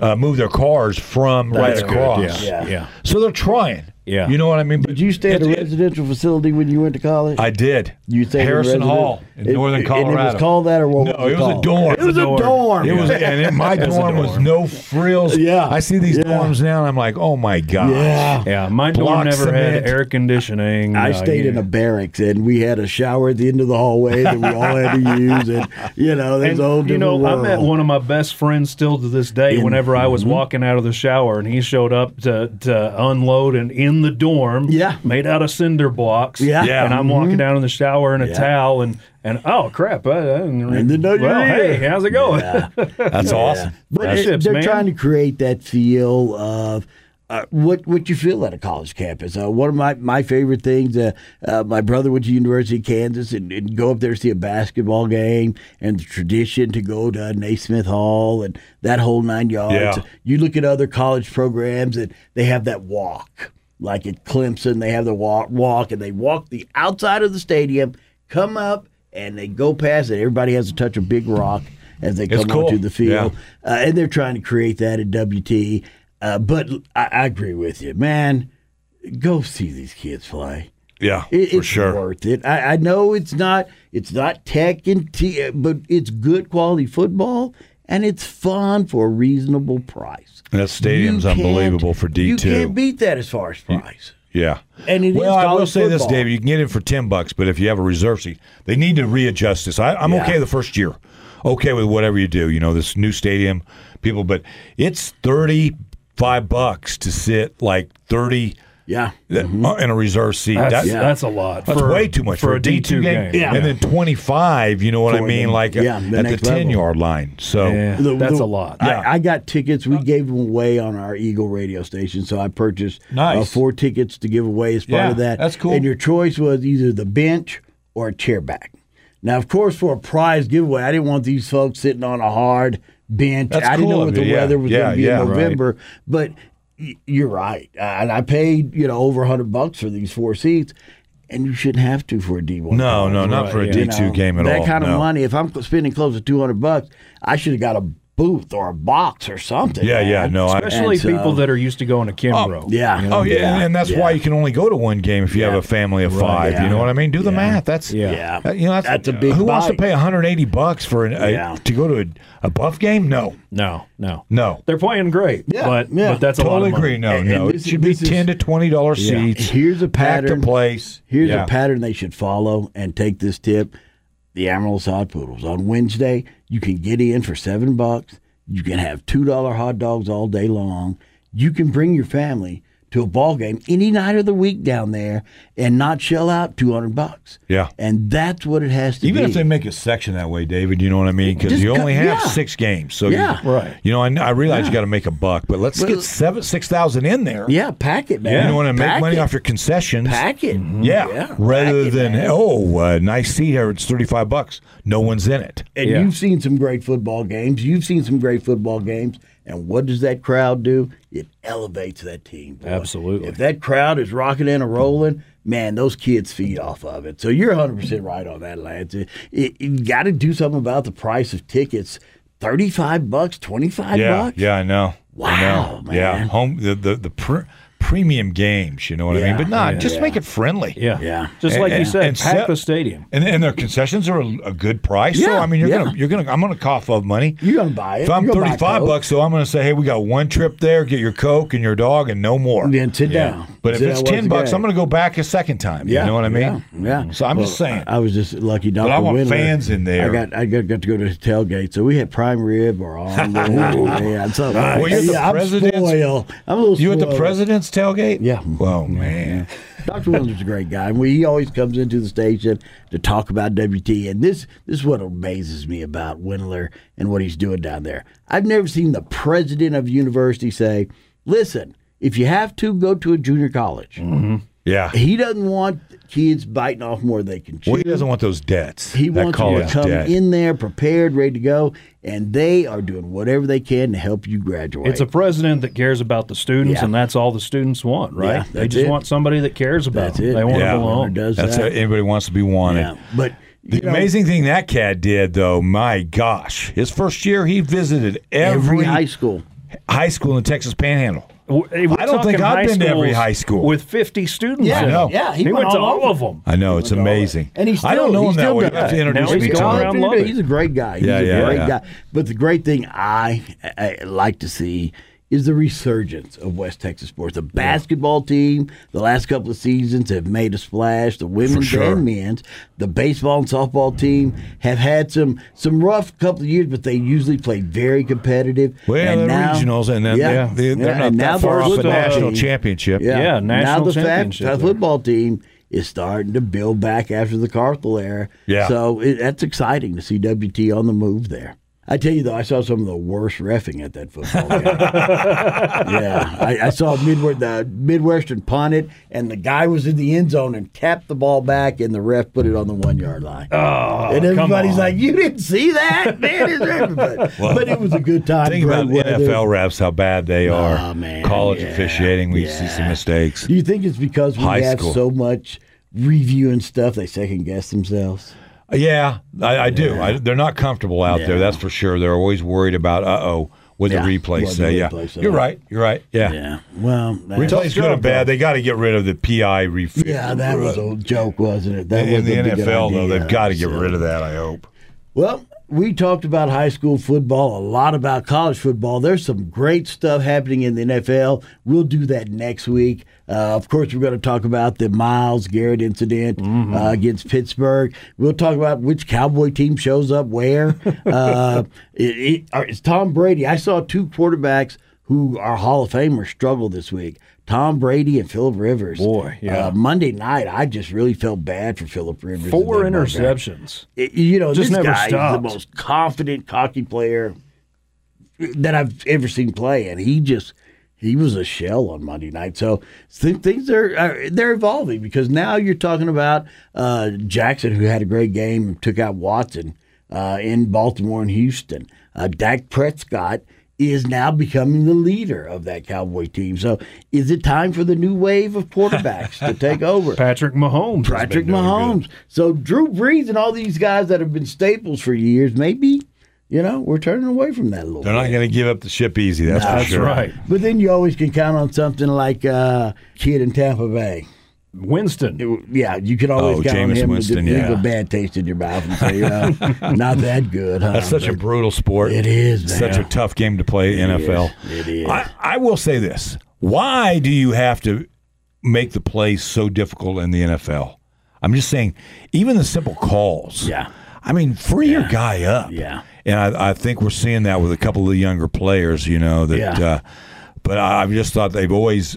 Speaker 2: uh, move their cars from
Speaker 1: That's
Speaker 2: right
Speaker 1: good,
Speaker 2: across.
Speaker 1: Yeah.
Speaker 3: Yeah, yeah.
Speaker 2: So they're trying.
Speaker 3: Yeah.
Speaker 2: You know what I mean? But
Speaker 1: Did you stay at a
Speaker 2: it- it-
Speaker 1: residential facility when you went to college?
Speaker 2: I did.
Speaker 1: you stayed at a
Speaker 2: Harrison
Speaker 1: resident-
Speaker 2: Hall in
Speaker 1: It-
Speaker 2: northern
Speaker 1: it-
Speaker 2: Colorado.
Speaker 1: And it was called that, or what?
Speaker 2: no,
Speaker 1: was
Speaker 2: it
Speaker 1: it,
Speaker 2: was a
Speaker 1: called?
Speaker 2: dorm.
Speaker 1: It was a dorm.
Speaker 2: It was, and it, my
Speaker 3: was a
Speaker 2: dorm was
Speaker 3: dorm.
Speaker 2: no frills.
Speaker 1: Yeah.
Speaker 2: I see these
Speaker 1: Yeah.
Speaker 2: dorms now, and I'm like, oh my gosh.
Speaker 1: Yeah.
Speaker 3: Yeah, my
Speaker 2: Block
Speaker 3: dorm never
Speaker 2: cement.
Speaker 3: had air conditioning. Uh,
Speaker 1: I
Speaker 3: No,
Speaker 1: stayed
Speaker 3: you-
Speaker 1: in a barracks, and we had a shower at the end of the hallway that we all had to use, and you know, there's a whole
Speaker 3: And, you
Speaker 1: different
Speaker 3: know,
Speaker 1: world. Mhm.
Speaker 3: I met one of my best friends still to this day. whenever I was walking out of the shower, and he showed up to, to unload and in the dorm,
Speaker 1: Yeah.
Speaker 3: made out of cinder blocks,
Speaker 1: Yeah. Yeah.
Speaker 3: And I'm walking down in the shower in a
Speaker 1: Yeah.
Speaker 3: towel, and and oh crap, I, I didn't, re-
Speaker 1: I didn't know you
Speaker 3: well,
Speaker 1: were
Speaker 3: hey,
Speaker 1: here.
Speaker 3: how's it going?
Speaker 2: That's awesome.
Speaker 1: But
Speaker 3: That's
Speaker 1: it-
Speaker 3: ships,
Speaker 1: they're
Speaker 3: man.
Speaker 1: trying to create that feel of uh, what what you feel at a college campus. Uh, one of my, my favorite things, uh, uh, my brother went to University of Kansas and, and go up there to see a basketball game and the tradition to go to Naismith Hall and that whole nine yards.
Speaker 2: Yeah.
Speaker 1: You look at other college programs and they have that walk. Like at Clemson, they have the walk, walk and they walk the outside of the stadium, come up, and they go past it. Everybody has to touch a big rock as they
Speaker 2: It's
Speaker 1: come
Speaker 2: cool.
Speaker 1: onto the field.
Speaker 2: Yeah.
Speaker 1: Uh, and they're trying to create that at WT. Uh, but I, I agree with you, man. Go see these kids play.
Speaker 2: Yeah,
Speaker 1: It,
Speaker 2: for
Speaker 1: it's
Speaker 2: sure.
Speaker 1: worth it. I, I know it's not it's not tech and t, but it's good quality football, and it's fun for a reasonable price.
Speaker 2: That stadium's
Speaker 1: You can't-
Speaker 2: unbelievable for D2.
Speaker 1: You can't beat that as far as price.
Speaker 2: Yeah.
Speaker 1: And it is
Speaker 2: well, I will
Speaker 1: college
Speaker 2: say this,
Speaker 1: football.
Speaker 2: David. You can get in for ten bucks, but if you have a reserve seat, they need to readjust this. I, I'm
Speaker 1: Yeah.
Speaker 2: okay the first year, okay with whatever you do. You know, this new stadium, people, but it's thirty five bucks to sit like thirty
Speaker 1: Yeah.
Speaker 2: th- uh, in a reserve seat.
Speaker 3: That's,
Speaker 2: That's,
Speaker 1: Mm-hmm. yeah.
Speaker 3: that's a lot.
Speaker 2: that's way too much for, a D two game.
Speaker 1: Yeah.
Speaker 2: and then twenty five. You know what I mean?
Speaker 1: the-
Speaker 2: like
Speaker 1: yeah,
Speaker 2: uh,
Speaker 1: the
Speaker 2: at the
Speaker 1: next
Speaker 2: ten
Speaker 1: level.
Speaker 2: yard line. So
Speaker 3: Yeah,
Speaker 1: The-
Speaker 3: that's
Speaker 1: the-
Speaker 3: a lot.
Speaker 2: Yeah.
Speaker 1: I, I got tickets. We gave them away on our Eagle radio station, so I purchased
Speaker 2: Nice.
Speaker 1: uh, four tickets to give away as part
Speaker 2: Yeah,
Speaker 1: of that.
Speaker 2: that's cool.
Speaker 1: And your choice was either the bench or a chair back. Now, of course, for a prize giveaway, I didn't want these folks sitting on a hard bench.
Speaker 2: That's
Speaker 1: I didn't
Speaker 2: cool
Speaker 1: know
Speaker 2: of
Speaker 1: what the
Speaker 2: you, yeah.
Speaker 1: weather was
Speaker 2: Yeah,
Speaker 1: going to be in
Speaker 2: yeah, right.
Speaker 1: November, but y- you're right. Uh, and I paid you know over a hundred bucks for these four seats. and you shouldn't have to for a D one.
Speaker 2: No, no, not for a
Speaker 3: yeah.
Speaker 2: D two game at
Speaker 1: that
Speaker 2: all.
Speaker 1: kind of
Speaker 2: no.
Speaker 1: money. If I'm spending close to two hundred bucks, I should have got a booth or a box or something.
Speaker 2: Yeah, yeah,
Speaker 1: man.
Speaker 2: no, I,
Speaker 3: Especially
Speaker 1: And so-
Speaker 3: people that are used to going to Kimbrough.
Speaker 1: yeah.
Speaker 2: uh, Oh yeah, and- and that's
Speaker 1: yeah.
Speaker 2: why you can only go to one game if you have a family of five.
Speaker 1: yeah.
Speaker 2: You know what I mean? Do the math. That's
Speaker 3: Yeah.
Speaker 1: Yeah.
Speaker 2: that- you know, that's,
Speaker 1: That's a big
Speaker 2: Who wants to
Speaker 1: bite.
Speaker 2: pay 180 bucks for an, a,
Speaker 1: Yeah.
Speaker 2: to go to a, a buff game? No,
Speaker 3: No, no,
Speaker 2: no.
Speaker 3: They're playing great.
Speaker 1: Yeah,
Speaker 3: but
Speaker 1: yeah.
Speaker 3: but that's a lot
Speaker 2: totally
Speaker 3: of money.
Speaker 2: agree. No,
Speaker 1: And-
Speaker 2: no.
Speaker 1: and
Speaker 2: it
Speaker 1: this-
Speaker 2: should be
Speaker 1: this is-
Speaker 2: 10 to 20 dollar
Speaker 3: Yeah.
Speaker 2: seats.
Speaker 1: Here's a
Speaker 2: pack the
Speaker 1: pattern.
Speaker 2: place.
Speaker 1: Here's
Speaker 2: Yeah.
Speaker 1: a pattern they should follow and take this tip. The Amarillo Sod Poodles. On Wednesday, you can get in for seven bucks. You can have two dollar hot dogs all day long. You can bring your family to a ball game any night of the week down there and not shell out two hundred bucks.
Speaker 2: Yeah.
Speaker 1: And that's what it has to
Speaker 2: Even
Speaker 1: be.
Speaker 2: if they make a section that way, David, you know what I mean? Because
Speaker 1: Just
Speaker 2: you
Speaker 1: cut-
Speaker 2: only have
Speaker 1: yeah.
Speaker 2: six games, so
Speaker 1: Yeah.
Speaker 2: you,
Speaker 3: Right.
Speaker 2: You know, I, I realize you got to make a buck, but let's get seven six thousand in there.
Speaker 1: yeah, pack it, man.
Speaker 2: You know, want to make
Speaker 1: Pack
Speaker 2: money
Speaker 1: it.
Speaker 2: off your concessions.
Speaker 1: Pack it.
Speaker 2: Yeah. Rather
Speaker 1: pack it,
Speaker 2: than
Speaker 1: man.
Speaker 2: oh, uh, nice seat here. It's thirty five bucks. No one's in it.
Speaker 1: And
Speaker 3: Yeah.
Speaker 1: you've seen some great football games. You've seen some great football games. And what does that crowd do? It elevates that team. boy.
Speaker 3: Absolutely.
Speaker 1: If that crowd is rocking in and rolling, man, those kids feed off of it. So you're 100% right on that, Lance. It, it, you got to do something about the price of tickets. 35 bucks, 25
Speaker 2: Yeah.
Speaker 1: bucks?
Speaker 2: Yeah, I know. I know.
Speaker 1: Wow, man.
Speaker 2: Yeah. Home the the the pr- premium games. You know what I mean?
Speaker 1: Yeah.
Speaker 2: But not just
Speaker 1: Yeah.
Speaker 2: make it friendly.
Speaker 3: Yeah,
Speaker 1: Yeah.
Speaker 3: Just like you
Speaker 2: And-
Speaker 3: said,
Speaker 2: and
Speaker 3: pack
Speaker 2: se-
Speaker 3: the stadium.
Speaker 2: And, and their concessions are a, a good price. so
Speaker 1: Yeah,
Speaker 2: I mean, you're
Speaker 1: yeah.
Speaker 2: gonna you're gonna I'm gonna cough up money.
Speaker 1: You're going to buy it.
Speaker 2: If I'm
Speaker 1: You're gonna buy
Speaker 2: 35
Speaker 1: Coke.
Speaker 2: bucks, so I'm going to say, hey, we got one trip there. Get your Coke and your dog, and no more.
Speaker 1: Then sit down.
Speaker 2: But if
Speaker 1: Sit
Speaker 2: it's
Speaker 1: down, watch
Speaker 2: 10
Speaker 1: the
Speaker 2: bucks,
Speaker 1: game.
Speaker 2: I'm going to go back a second time.
Speaker 1: Yeah,
Speaker 2: You know what I mean?
Speaker 1: Yeah. yeah.
Speaker 2: So I'm just
Speaker 1: Well,
Speaker 2: saying.
Speaker 1: I, I was just lucky. Dr.
Speaker 2: But I want
Speaker 1: Windler-
Speaker 2: fans in there.
Speaker 1: I got I got, got to go to the tailgate, so we had prime rib or omelette. yeah, so,
Speaker 2: Well, you're the
Speaker 1: yeah, I'm
Speaker 2: president's-
Speaker 1: spoiled. I'm a little
Speaker 2: you at the
Speaker 1: spoiled.
Speaker 2: president's tailgate?
Speaker 1: Yeah.
Speaker 2: Whoa, man.
Speaker 1: Dr. Windler's a great guy. and we, he always comes into the station to talk about WT. And this, this is what amazes me about Windler and what he's doing down there. I've never seen the president of a university say, listen, if you have to, go to a junior college.
Speaker 2: Mm. Yeah.
Speaker 1: He doesn't want kids biting off more than they can chew.
Speaker 2: Well, he doesn't want those debts.
Speaker 1: He
Speaker 2: that
Speaker 1: wants you to
Speaker 2: college
Speaker 1: come
Speaker 2: debt.
Speaker 1: in there prepared, ready to go, and they are doing whatever they can to help you graduate.
Speaker 3: It's a president that cares about the students,
Speaker 1: Yeah.
Speaker 3: and that's all the students want, right?
Speaker 1: Yeah,
Speaker 3: they
Speaker 1: that's
Speaker 3: just
Speaker 1: it.
Speaker 3: want somebody that cares about
Speaker 1: That's
Speaker 3: them.
Speaker 1: it.
Speaker 3: They want
Speaker 2: Yeah.
Speaker 3: to belong.
Speaker 1: Does
Speaker 2: That's how
Speaker 1: that.
Speaker 2: everybody wants to be wanted.
Speaker 1: yeah, but
Speaker 2: The
Speaker 1: you know,
Speaker 2: amazing thing that cat did, though, my gosh, his first year he visited every,
Speaker 1: every high school.
Speaker 2: high school in Texas Panhandle.
Speaker 3: W- hey, we're
Speaker 2: I don't think
Speaker 3: talking
Speaker 2: I've
Speaker 3: high
Speaker 2: been to every
Speaker 3: schools
Speaker 2: high school.
Speaker 3: with 50 students.
Speaker 1: Yeah,
Speaker 3: in it.
Speaker 2: know.
Speaker 1: yeah,
Speaker 3: he,
Speaker 1: he
Speaker 3: went,
Speaker 1: went
Speaker 3: to
Speaker 1: all
Speaker 3: all of them.
Speaker 2: I know it's amazing.
Speaker 1: Oh And he's still,
Speaker 2: I don't know
Speaker 1: he's
Speaker 2: him that
Speaker 1: still
Speaker 2: way. You
Speaker 1: got
Speaker 2: have to
Speaker 1: that.
Speaker 2: introduce
Speaker 3: Now
Speaker 2: me
Speaker 3: he's
Speaker 2: to
Speaker 3: gone
Speaker 2: him.
Speaker 3: around
Speaker 1: Dude,
Speaker 3: loving.
Speaker 1: He's a great guy. He's
Speaker 2: Yeah,
Speaker 1: a
Speaker 2: yeah,
Speaker 1: great
Speaker 2: yeah.
Speaker 1: guy. But the great thing I, I like to see is the resurgence of West Texas sports. The basketball team, the last couple of seasons have made a splash. The women's
Speaker 2: sure.
Speaker 1: and men's, the baseball and softball team have had some some rough couple of years, but they usually play very competitive.
Speaker 2: Well,
Speaker 1: and
Speaker 2: they're
Speaker 1: now-
Speaker 2: regionals, and then
Speaker 1: yeah,
Speaker 2: they, are
Speaker 1: yeah,
Speaker 2: not
Speaker 1: and now
Speaker 2: that
Speaker 1: the
Speaker 2: far off a
Speaker 1: football
Speaker 2: national
Speaker 1: team-
Speaker 2: championship.
Speaker 1: Yeah,
Speaker 3: Yeah, national
Speaker 1: now the
Speaker 3: championship
Speaker 1: Fat,
Speaker 3: there.
Speaker 1: football team is starting to build back after the Carthel era.
Speaker 2: Yeah.
Speaker 1: So it, that's exciting to see WT on the move there. I tell you though, I saw some of the worst refing at that football game. yeah, I, I saw Midwest, the Midwestern punt it, and the guy was in the end zone and tapped the ball back, and the ref put it on the one yard line.
Speaker 3: Oh,
Speaker 1: and
Speaker 3: come
Speaker 1: everybody's
Speaker 3: on.
Speaker 1: like, "You didn't see that, man!" It's everybody. but it was a good time.
Speaker 2: Think
Speaker 1: great
Speaker 2: about the
Speaker 1: weather.
Speaker 2: NFL refs, how bad they are.
Speaker 1: man,
Speaker 2: College
Speaker 1: yeah,
Speaker 2: officiating, we see some mistakes.
Speaker 1: Do you think it's because we
Speaker 2: High
Speaker 1: have
Speaker 2: school.
Speaker 1: so much reviewing stuff they second guess themselves?
Speaker 2: Uh, Yeah, I, I do. I, they're not comfortable out there, that's for sure. They're always worried about, uh oh, what
Speaker 1: Yeah,
Speaker 2: the replay
Speaker 1: what the
Speaker 2: say. yeah,
Speaker 1: replay say.
Speaker 2: you're right. You're right. Yeah.
Speaker 1: Well, that's,
Speaker 2: Replay's good or bad. They got to get rid of the PI refill.
Speaker 1: yeah, that was a joke, wasn't it? That
Speaker 2: In
Speaker 1: was
Speaker 2: the
Speaker 1: a good
Speaker 2: NFL, though,
Speaker 1: idea.
Speaker 2: they've got to get
Speaker 1: So-
Speaker 2: rid of that, I hope.
Speaker 1: Well, we talked about high school football, a lot about college football. There's some great stuff happening in the NFL. We'll do that next week. Uh, of course, we're going to talk about the Miles Garrett incident
Speaker 3: Mm-hmm.
Speaker 1: uh, against Pittsburgh. We'll talk about which Cowboy team shows up where. uh, it, it, or it's Tom Brady. I saw two quarterbacks who are Hall of Famers struggle this week. Tom Brady and Philip Rivers.
Speaker 3: Boy, yeah.
Speaker 1: Uh, Monday night, I just really felt bad for Philip Rivers. and
Speaker 3: Four
Speaker 1: that ball guy.
Speaker 3: interceptions.
Speaker 1: It- you know,
Speaker 3: Just
Speaker 1: this
Speaker 3: never
Speaker 1: guy is the
Speaker 3: stopped.
Speaker 1: most confident, cocky player that I've ever seen play, and he just he was a shell on Monday night. So th- things are, are they're evolving because now you're talking about uh, Jackson, who had a great game, and took out Watson uh, in Baltimore and Houston. Uh, Dak Prescott is now becoming the leader of that Cowboy team. So is it time for the new wave of quarterbacks to take over?
Speaker 3: Patrick Mahomes. has
Speaker 1: Patrick
Speaker 3: been doing
Speaker 1: Mahomes. So Drew Brees and all these guys that have been staples for years, maybe, you know, we're turning away from that a little
Speaker 2: They're not going to give up the ship easy. That's
Speaker 3: good.
Speaker 2: for
Speaker 3: That's
Speaker 2: sure.
Speaker 3: right.
Speaker 1: But then you always can count on something like uh, Kid in Tampa Bay.
Speaker 3: Winston.
Speaker 1: It- yeah, you can always
Speaker 2: Oh,
Speaker 1: count on
Speaker 2: Jameis
Speaker 1: him
Speaker 2: Winston,
Speaker 1: to leave
Speaker 2: yeah.
Speaker 1: a bad taste in your mouth and say, you know, not that good. Huh?
Speaker 2: That's such a
Speaker 1: But
Speaker 2: brutal sport.
Speaker 1: It is, man.
Speaker 2: such a tough game to play NFL.
Speaker 1: is. It is.
Speaker 2: I, I will say this: Why do you have to make the play so difficult in the NFL? I'm just saying, even the simple calls.
Speaker 1: Yeah.
Speaker 2: I mean, free your guy up.
Speaker 1: Yeah.
Speaker 2: And I, I think we're seeing that with a couple of the younger players. You know that.
Speaker 1: Yeah.
Speaker 2: Uh, but I, I've just thought they've always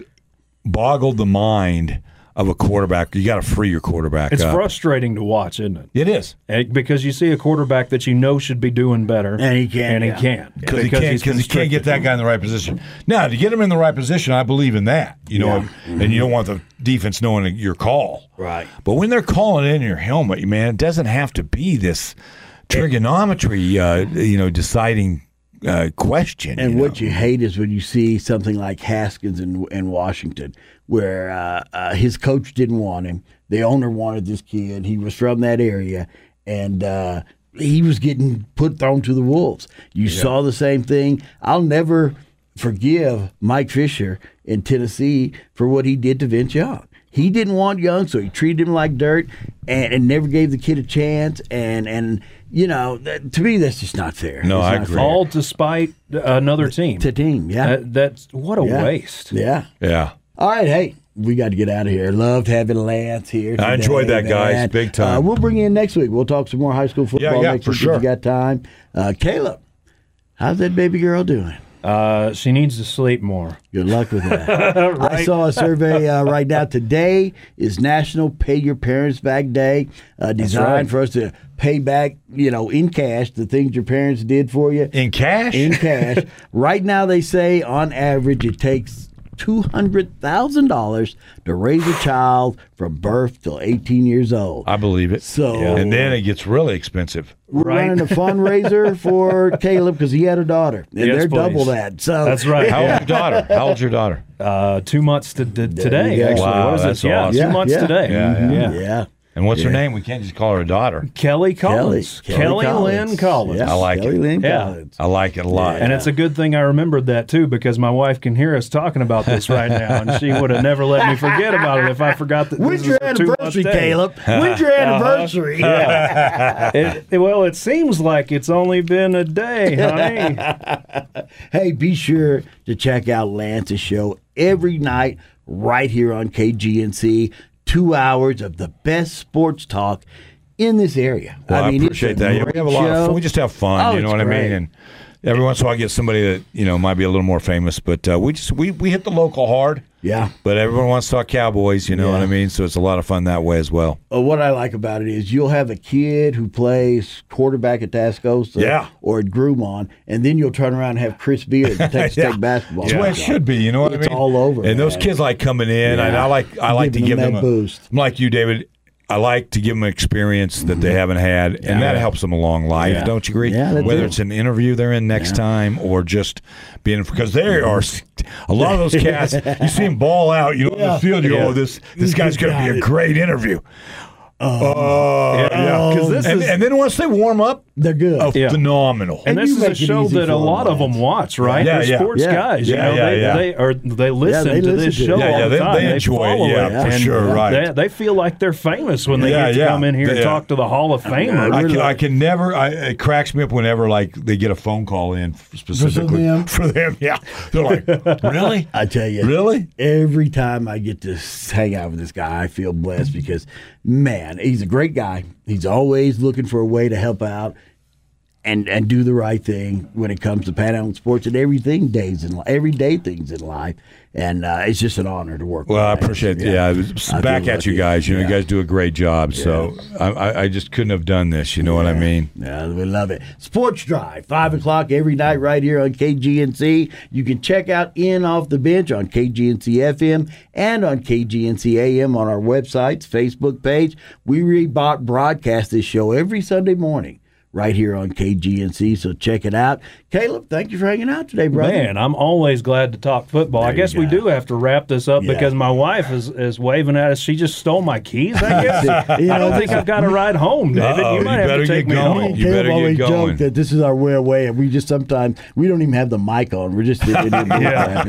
Speaker 2: boggled the mind of a quarterback. You got to free your quarterback.
Speaker 3: It's
Speaker 2: up.
Speaker 3: frustrating to watch, isn't it?
Speaker 2: It is.
Speaker 3: Eh, Because you see a quarterback that you know should be doing better,
Speaker 1: And he can't,
Speaker 3: and he
Speaker 1: yeah.
Speaker 3: can't
Speaker 2: because he can't
Speaker 3: he's
Speaker 2: because he can't
Speaker 3: constricted.
Speaker 2: get that guy in the right position. Now, to get him in the right position, I believe in that. You know, and you don't want the defense knowing your call.
Speaker 1: Right.
Speaker 2: But when they're calling in your helmet, man, it doesn't have to be this trigonometry. Uh, you know, deciding uh, question.
Speaker 1: And
Speaker 2: you
Speaker 1: what you hate is when you see something like Haskins in, in Washington, where uh, uh, his coach didn't want him. The owner wanted this kid. He was from that area, and uh, he was getting put thrown to the wolves. You saw the same thing. I'll never forgive Mike Fisher in Tennessee for what he did to Vince Young. He didn't want Young, so he treated him like dirt, and, and never gave the kid a chance. And and you know, that, to me, that's just not fair.
Speaker 2: No,
Speaker 1: It's
Speaker 2: I
Speaker 1: not
Speaker 2: agree.
Speaker 1: fair
Speaker 3: all despite another team.
Speaker 1: to team. Yeah.
Speaker 3: That, that's what a
Speaker 1: Yeah.
Speaker 3: waste.
Speaker 1: Yeah.
Speaker 2: know? yeah.
Speaker 1: All right. Hey, we got to get out of here. Loved having Lance here. Today,
Speaker 2: I enjoyed that, guys,
Speaker 1: man.
Speaker 2: big time.
Speaker 1: Uh, we'll bring you in next week. We'll talk some more high school football
Speaker 2: Yeah, yeah,
Speaker 1: next
Speaker 2: for
Speaker 1: week
Speaker 2: sure.
Speaker 1: if you got time. Uh, Caleb, how's that baby girl doing?
Speaker 3: Uh, she needs to sleep more.
Speaker 1: Good luck with that. I saw a survey uh, right now. Today is National Pay Your Parents Back Day, uh, designed
Speaker 3: right.
Speaker 1: for us to pay back, you know, in cash the things your parents did for you
Speaker 2: In cash.
Speaker 1: in cash. right now, they say on average it takes two hundred thousand dollars to raise a child from birth till eighteen years old.
Speaker 2: I believe it.
Speaker 1: So-
Speaker 2: and then it gets really expensive.
Speaker 1: We're
Speaker 3: Right.
Speaker 1: running a fundraiser for Caleb because he had a daughter, and
Speaker 3: Yes,
Speaker 1: they're
Speaker 3: please.
Speaker 1: double that. So
Speaker 3: That's right.
Speaker 2: How old's your daughter? How old's your daughter?
Speaker 3: uh, two months to, to today.
Speaker 1: go.
Speaker 3: Actually,
Speaker 2: Wow,
Speaker 3: what is
Speaker 2: that's
Speaker 3: it? Yeah,
Speaker 2: awesome. Mm-hmm.
Speaker 1: Yeah,
Speaker 3: two months
Speaker 1: yeah.
Speaker 3: today.
Speaker 2: Yeah,
Speaker 1: Yeah. yeah.
Speaker 2: And what's her name? We can't just call her a daughter.
Speaker 3: Kelly Collins, Kelly, Lynn Collins.
Speaker 1: Yes,
Speaker 2: I like
Speaker 1: Kelly
Speaker 2: it.
Speaker 1: Lynn
Speaker 3: Yeah.
Speaker 1: Collins.
Speaker 2: I like it a lot.
Speaker 3: And it's a good thing I remembered that too, because my wife can hear us talking about this right now, and she would have never let me forget about it if I forgot that.
Speaker 1: When's
Speaker 3: this
Speaker 1: your
Speaker 3: is a two-month
Speaker 1: anniversary,
Speaker 3: day. Uh-huh.
Speaker 1: Caleb? When's your anniversary?
Speaker 3: It, it- well, it seems like it's only been a day, honey.
Speaker 1: Hey, be sure to check out Lance's show every night right here on KGNC. Two hours of the best sports talk in this area.
Speaker 2: Well, I,
Speaker 1: it's
Speaker 2: appreciate that. Yeah, we
Speaker 1: great
Speaker 2: have a lot of
Speaker 1: show.
Speaker 2: fun. We just have fun.
Speaker 1: Oh,
Speaker 2: you know
Speaker 1: it's
Speaker 2: what I
Speaker 1: great.
Speaker 2: mean? And every once in a while, I get somebody that you know might be a little more famous, but uh, we just we, we hit the local hard.
Speaker 1: Yeah.
Speaker 2: But everyone wants to talk Cowboys. You know what I mean? So it's a lot of fun that way as well.
Speaker 1: Uh, what I like about it is you'll have a kid who plays quarterback at Tascosa
Speaker 2: Yeah.
Speaker 1: or at Grumon, and then you'll turn around and have Chris Beard at Texas
Speaker 2: Yeah.
Speaker 1: Tech basketball.
Speaker 2: That's the way it should be. You know what I
Speaker 1: It's
Speaker 2: mean?
Speaker 1: all over,
Speaker 2: And those
Speaker 1: man.
Speaker 2: kids like coming in. And I like I like
Speaker 1: Giving
Speaker 2: to give
Speaker 1: them
Speaker 2: them,
Speaker 1: that
Speaker 2: a
Speaker 1: boost.
Speaker 2: I'm like you, David. I like to give them an experience that they haven't had, and that helps them along life. Don't you agree?
Speaker 1: Mm-hmm. Yeah, they
Speaker 2: Whether
Speaker 1: do.
Speaker 2: it's an interview they're in next time or just being because they
Speaker 1: Mm-hmm.
Speaker 2: are s- a lot of those cats. you see them ball out, you know, on the field. You go,
Speaker 3: Yeah.
Speaker 2: oh, this this guy's going to
Speaker 1: got
Speaker 2: be a
Speaker 1: it.
Speaker 2: great interview.
Speaker 1: Um,
Speaker 2: Oh, yeah.
Speaker 3: Oh, 'cause this
Speaker 2: and,
Speaker 3: is-
Speaker 2: and then once they warm up,
Speaker 1: They're good.
Speaker 2: oh,
Speaker 3: Yeah.
Speaker 2: phenomenal.
Speaker 1: And
Speaker 3: And, this
Speaker 1: you
Speaker 3: is a
Speaker 1: make it
Speaker 3: show
Speaker 1: easy
Speaker 3: that
Speaker 1: for
Speaker 3: a
Speaker 1: 'em,
Speaker 3: lot of them watch, right?
Speaker 2: Yeah,
Speaker 3: They're
Speaker 2: yeah.
Speaker 3: sports
Speaker 1: Yeah.
Speaker 3: guys.
Speaker 2: Yeah,
Speaker 3: you know,
Speaker 2: yeah,
Speaker 3: they,
Speaker 2: yeah.
Speaker 3: they are they listen
Speaker 1: they
Speaker 3: to
Speaker 1: listen
Speaker 3: this
Speaker 1: to it.
Speaker 3: show.
Speaker 1: Yeah,
Speaker 3: all
Speaker 2: yeah,
Speaker 3: the
Speaker 2: they-
Speaker 3: time.
Speaker 2: they enjoy it,
Speaker 3: follow
Speaker 2: yeah, for
Speaker 3: And
Speaker 2: sure, right.
Speaker 3: They, they feel like they're famous when they
Speaker 2: Yeah,
Speaker 3: get to
Speaker 2: yeah.
Speaker 3: come in here and
Speaker 2: Yeah.
Speaker 3: talk to the Hall of Famers.
Speaker 2: I can, I can never. I, it cracks me up whenever like they get a phone call in specifically
Speaker 1: them?
Speaker 2: for them. Yeah, they're like, really?
Speaker 1: I tell you.
Speaker 2: Really?
Speaker 1: Every time I get to s- hang out with this guy, I feel blessed
Speaker 2: Mm-hmm.
Speaker 1: because, man, he's a great guy. He's always looking for a way to help out and and do the right thing when it comes to Pan Am sports and everything days in li- everyday things in life. And uh, it's just an honor to work. with
Speaker 2: Well, I
Speaker 1: him.
Speaker 2: appreciate. Yeah, it was
Speaker 1: I
Speaker 2: back
Speaker 1: feel
Speaker 2: at you
Speaker 1: lucky.
Speaker 2: guys. You know,
Speaker 1: Yeah.
Speaker 2: you guys do a great job. So I, I, I just couldn't have done this. You know what I mean?
Speaker 1: Yeah, we love it. Sports Drive, 5 o'clock every night right here on KGNC. You can check out In Off the Bench on KGNC FM and on KGNC AM on our website's Facebook page. We rebot broadcast this show every Sunday morning right here on KGNC. So check it out. Caleb, thank you for hanging out today, brother.
Speaker 3: Man, I'm always glad to talk football. I
Speaker 1: There you
Speaker 3: guess we
Speaker 1: go.
Speaker 3: do have to wrap this up
Speaker 1: Yeah.
Speaker 3: because my wife is, is waving at us. She just stole my keys, I guess.
Speaker 1: That's it. You
Speaker 3: I
Speaker 1: know,
Speaker 3: don't think I've got a ride home, David.
Speaker 2: Uh-oh,
Speaker 3: you might
Speaker 2: you
Speaker 3: have
Speaker 2: better
Speaker 3: to take
Speaker 2: get
Speaker 3: me
Speaker 2: going.
Speaker 1: Me
Speaker 3: home.
Speaker 1: and
Speaker 2: You
Speaker 1: Caleb
Speaker 2: better get
Speaker 1: always
Speaker 2: going.
Speaker 1: joke that this is our way away, and we just sometimes we don't even have the mic on. We're just sitting here. yeah.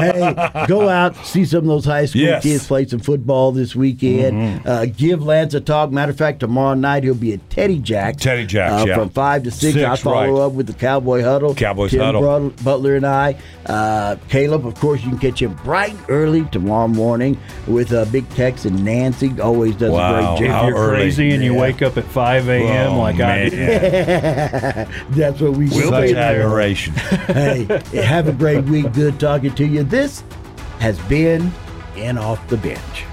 Speaker 1: hey, go out see some of those high school
Speaker 2: Yes. Mm-hmm.
Speaker 1: kids play some football this weekend. Uh, give Lance a talk. Matter of fact, tomorrow night he'll be at Teddy Jack's.
Speaker 2: Teddy Jack's,
Speaker 1: uh,
Speaker 2: yeah.
Speaker 1: from five to six.
Speaker 2: Six,
Speaker 1: I follow
Speaker 2: right.
Speaker 1: up with the Cowboy Huddle.
Speaker 2: Cowboys
Speaker 1: Tim
Speaker 2: Huddle.
Speaker 1: Brut- Butler and I. Uh, Caleb, of course, you can catch him bright and early tomorrow morning with uh, Big Tex and Nancy. Always does
Speaker 2: Wow.
Speaker 1: a great job.
Speaker 2: How
Speaker 3: If you're
Speaker 2: early?
Speaker 3: crazy and you
Speaker 1: Yeah.
Speaker 3: wake up at 5 a.m.
Speaker 2: Oh,
Speaker 3: like I do.
Speaker 2: man.
Speaker 1: That's what we
Speaker 2: Such
Speaker 1: will be there.
Speaker 2: admiration.
Speaker 1: hey, have a great week. Good talking to you. This has been In Off the Bench.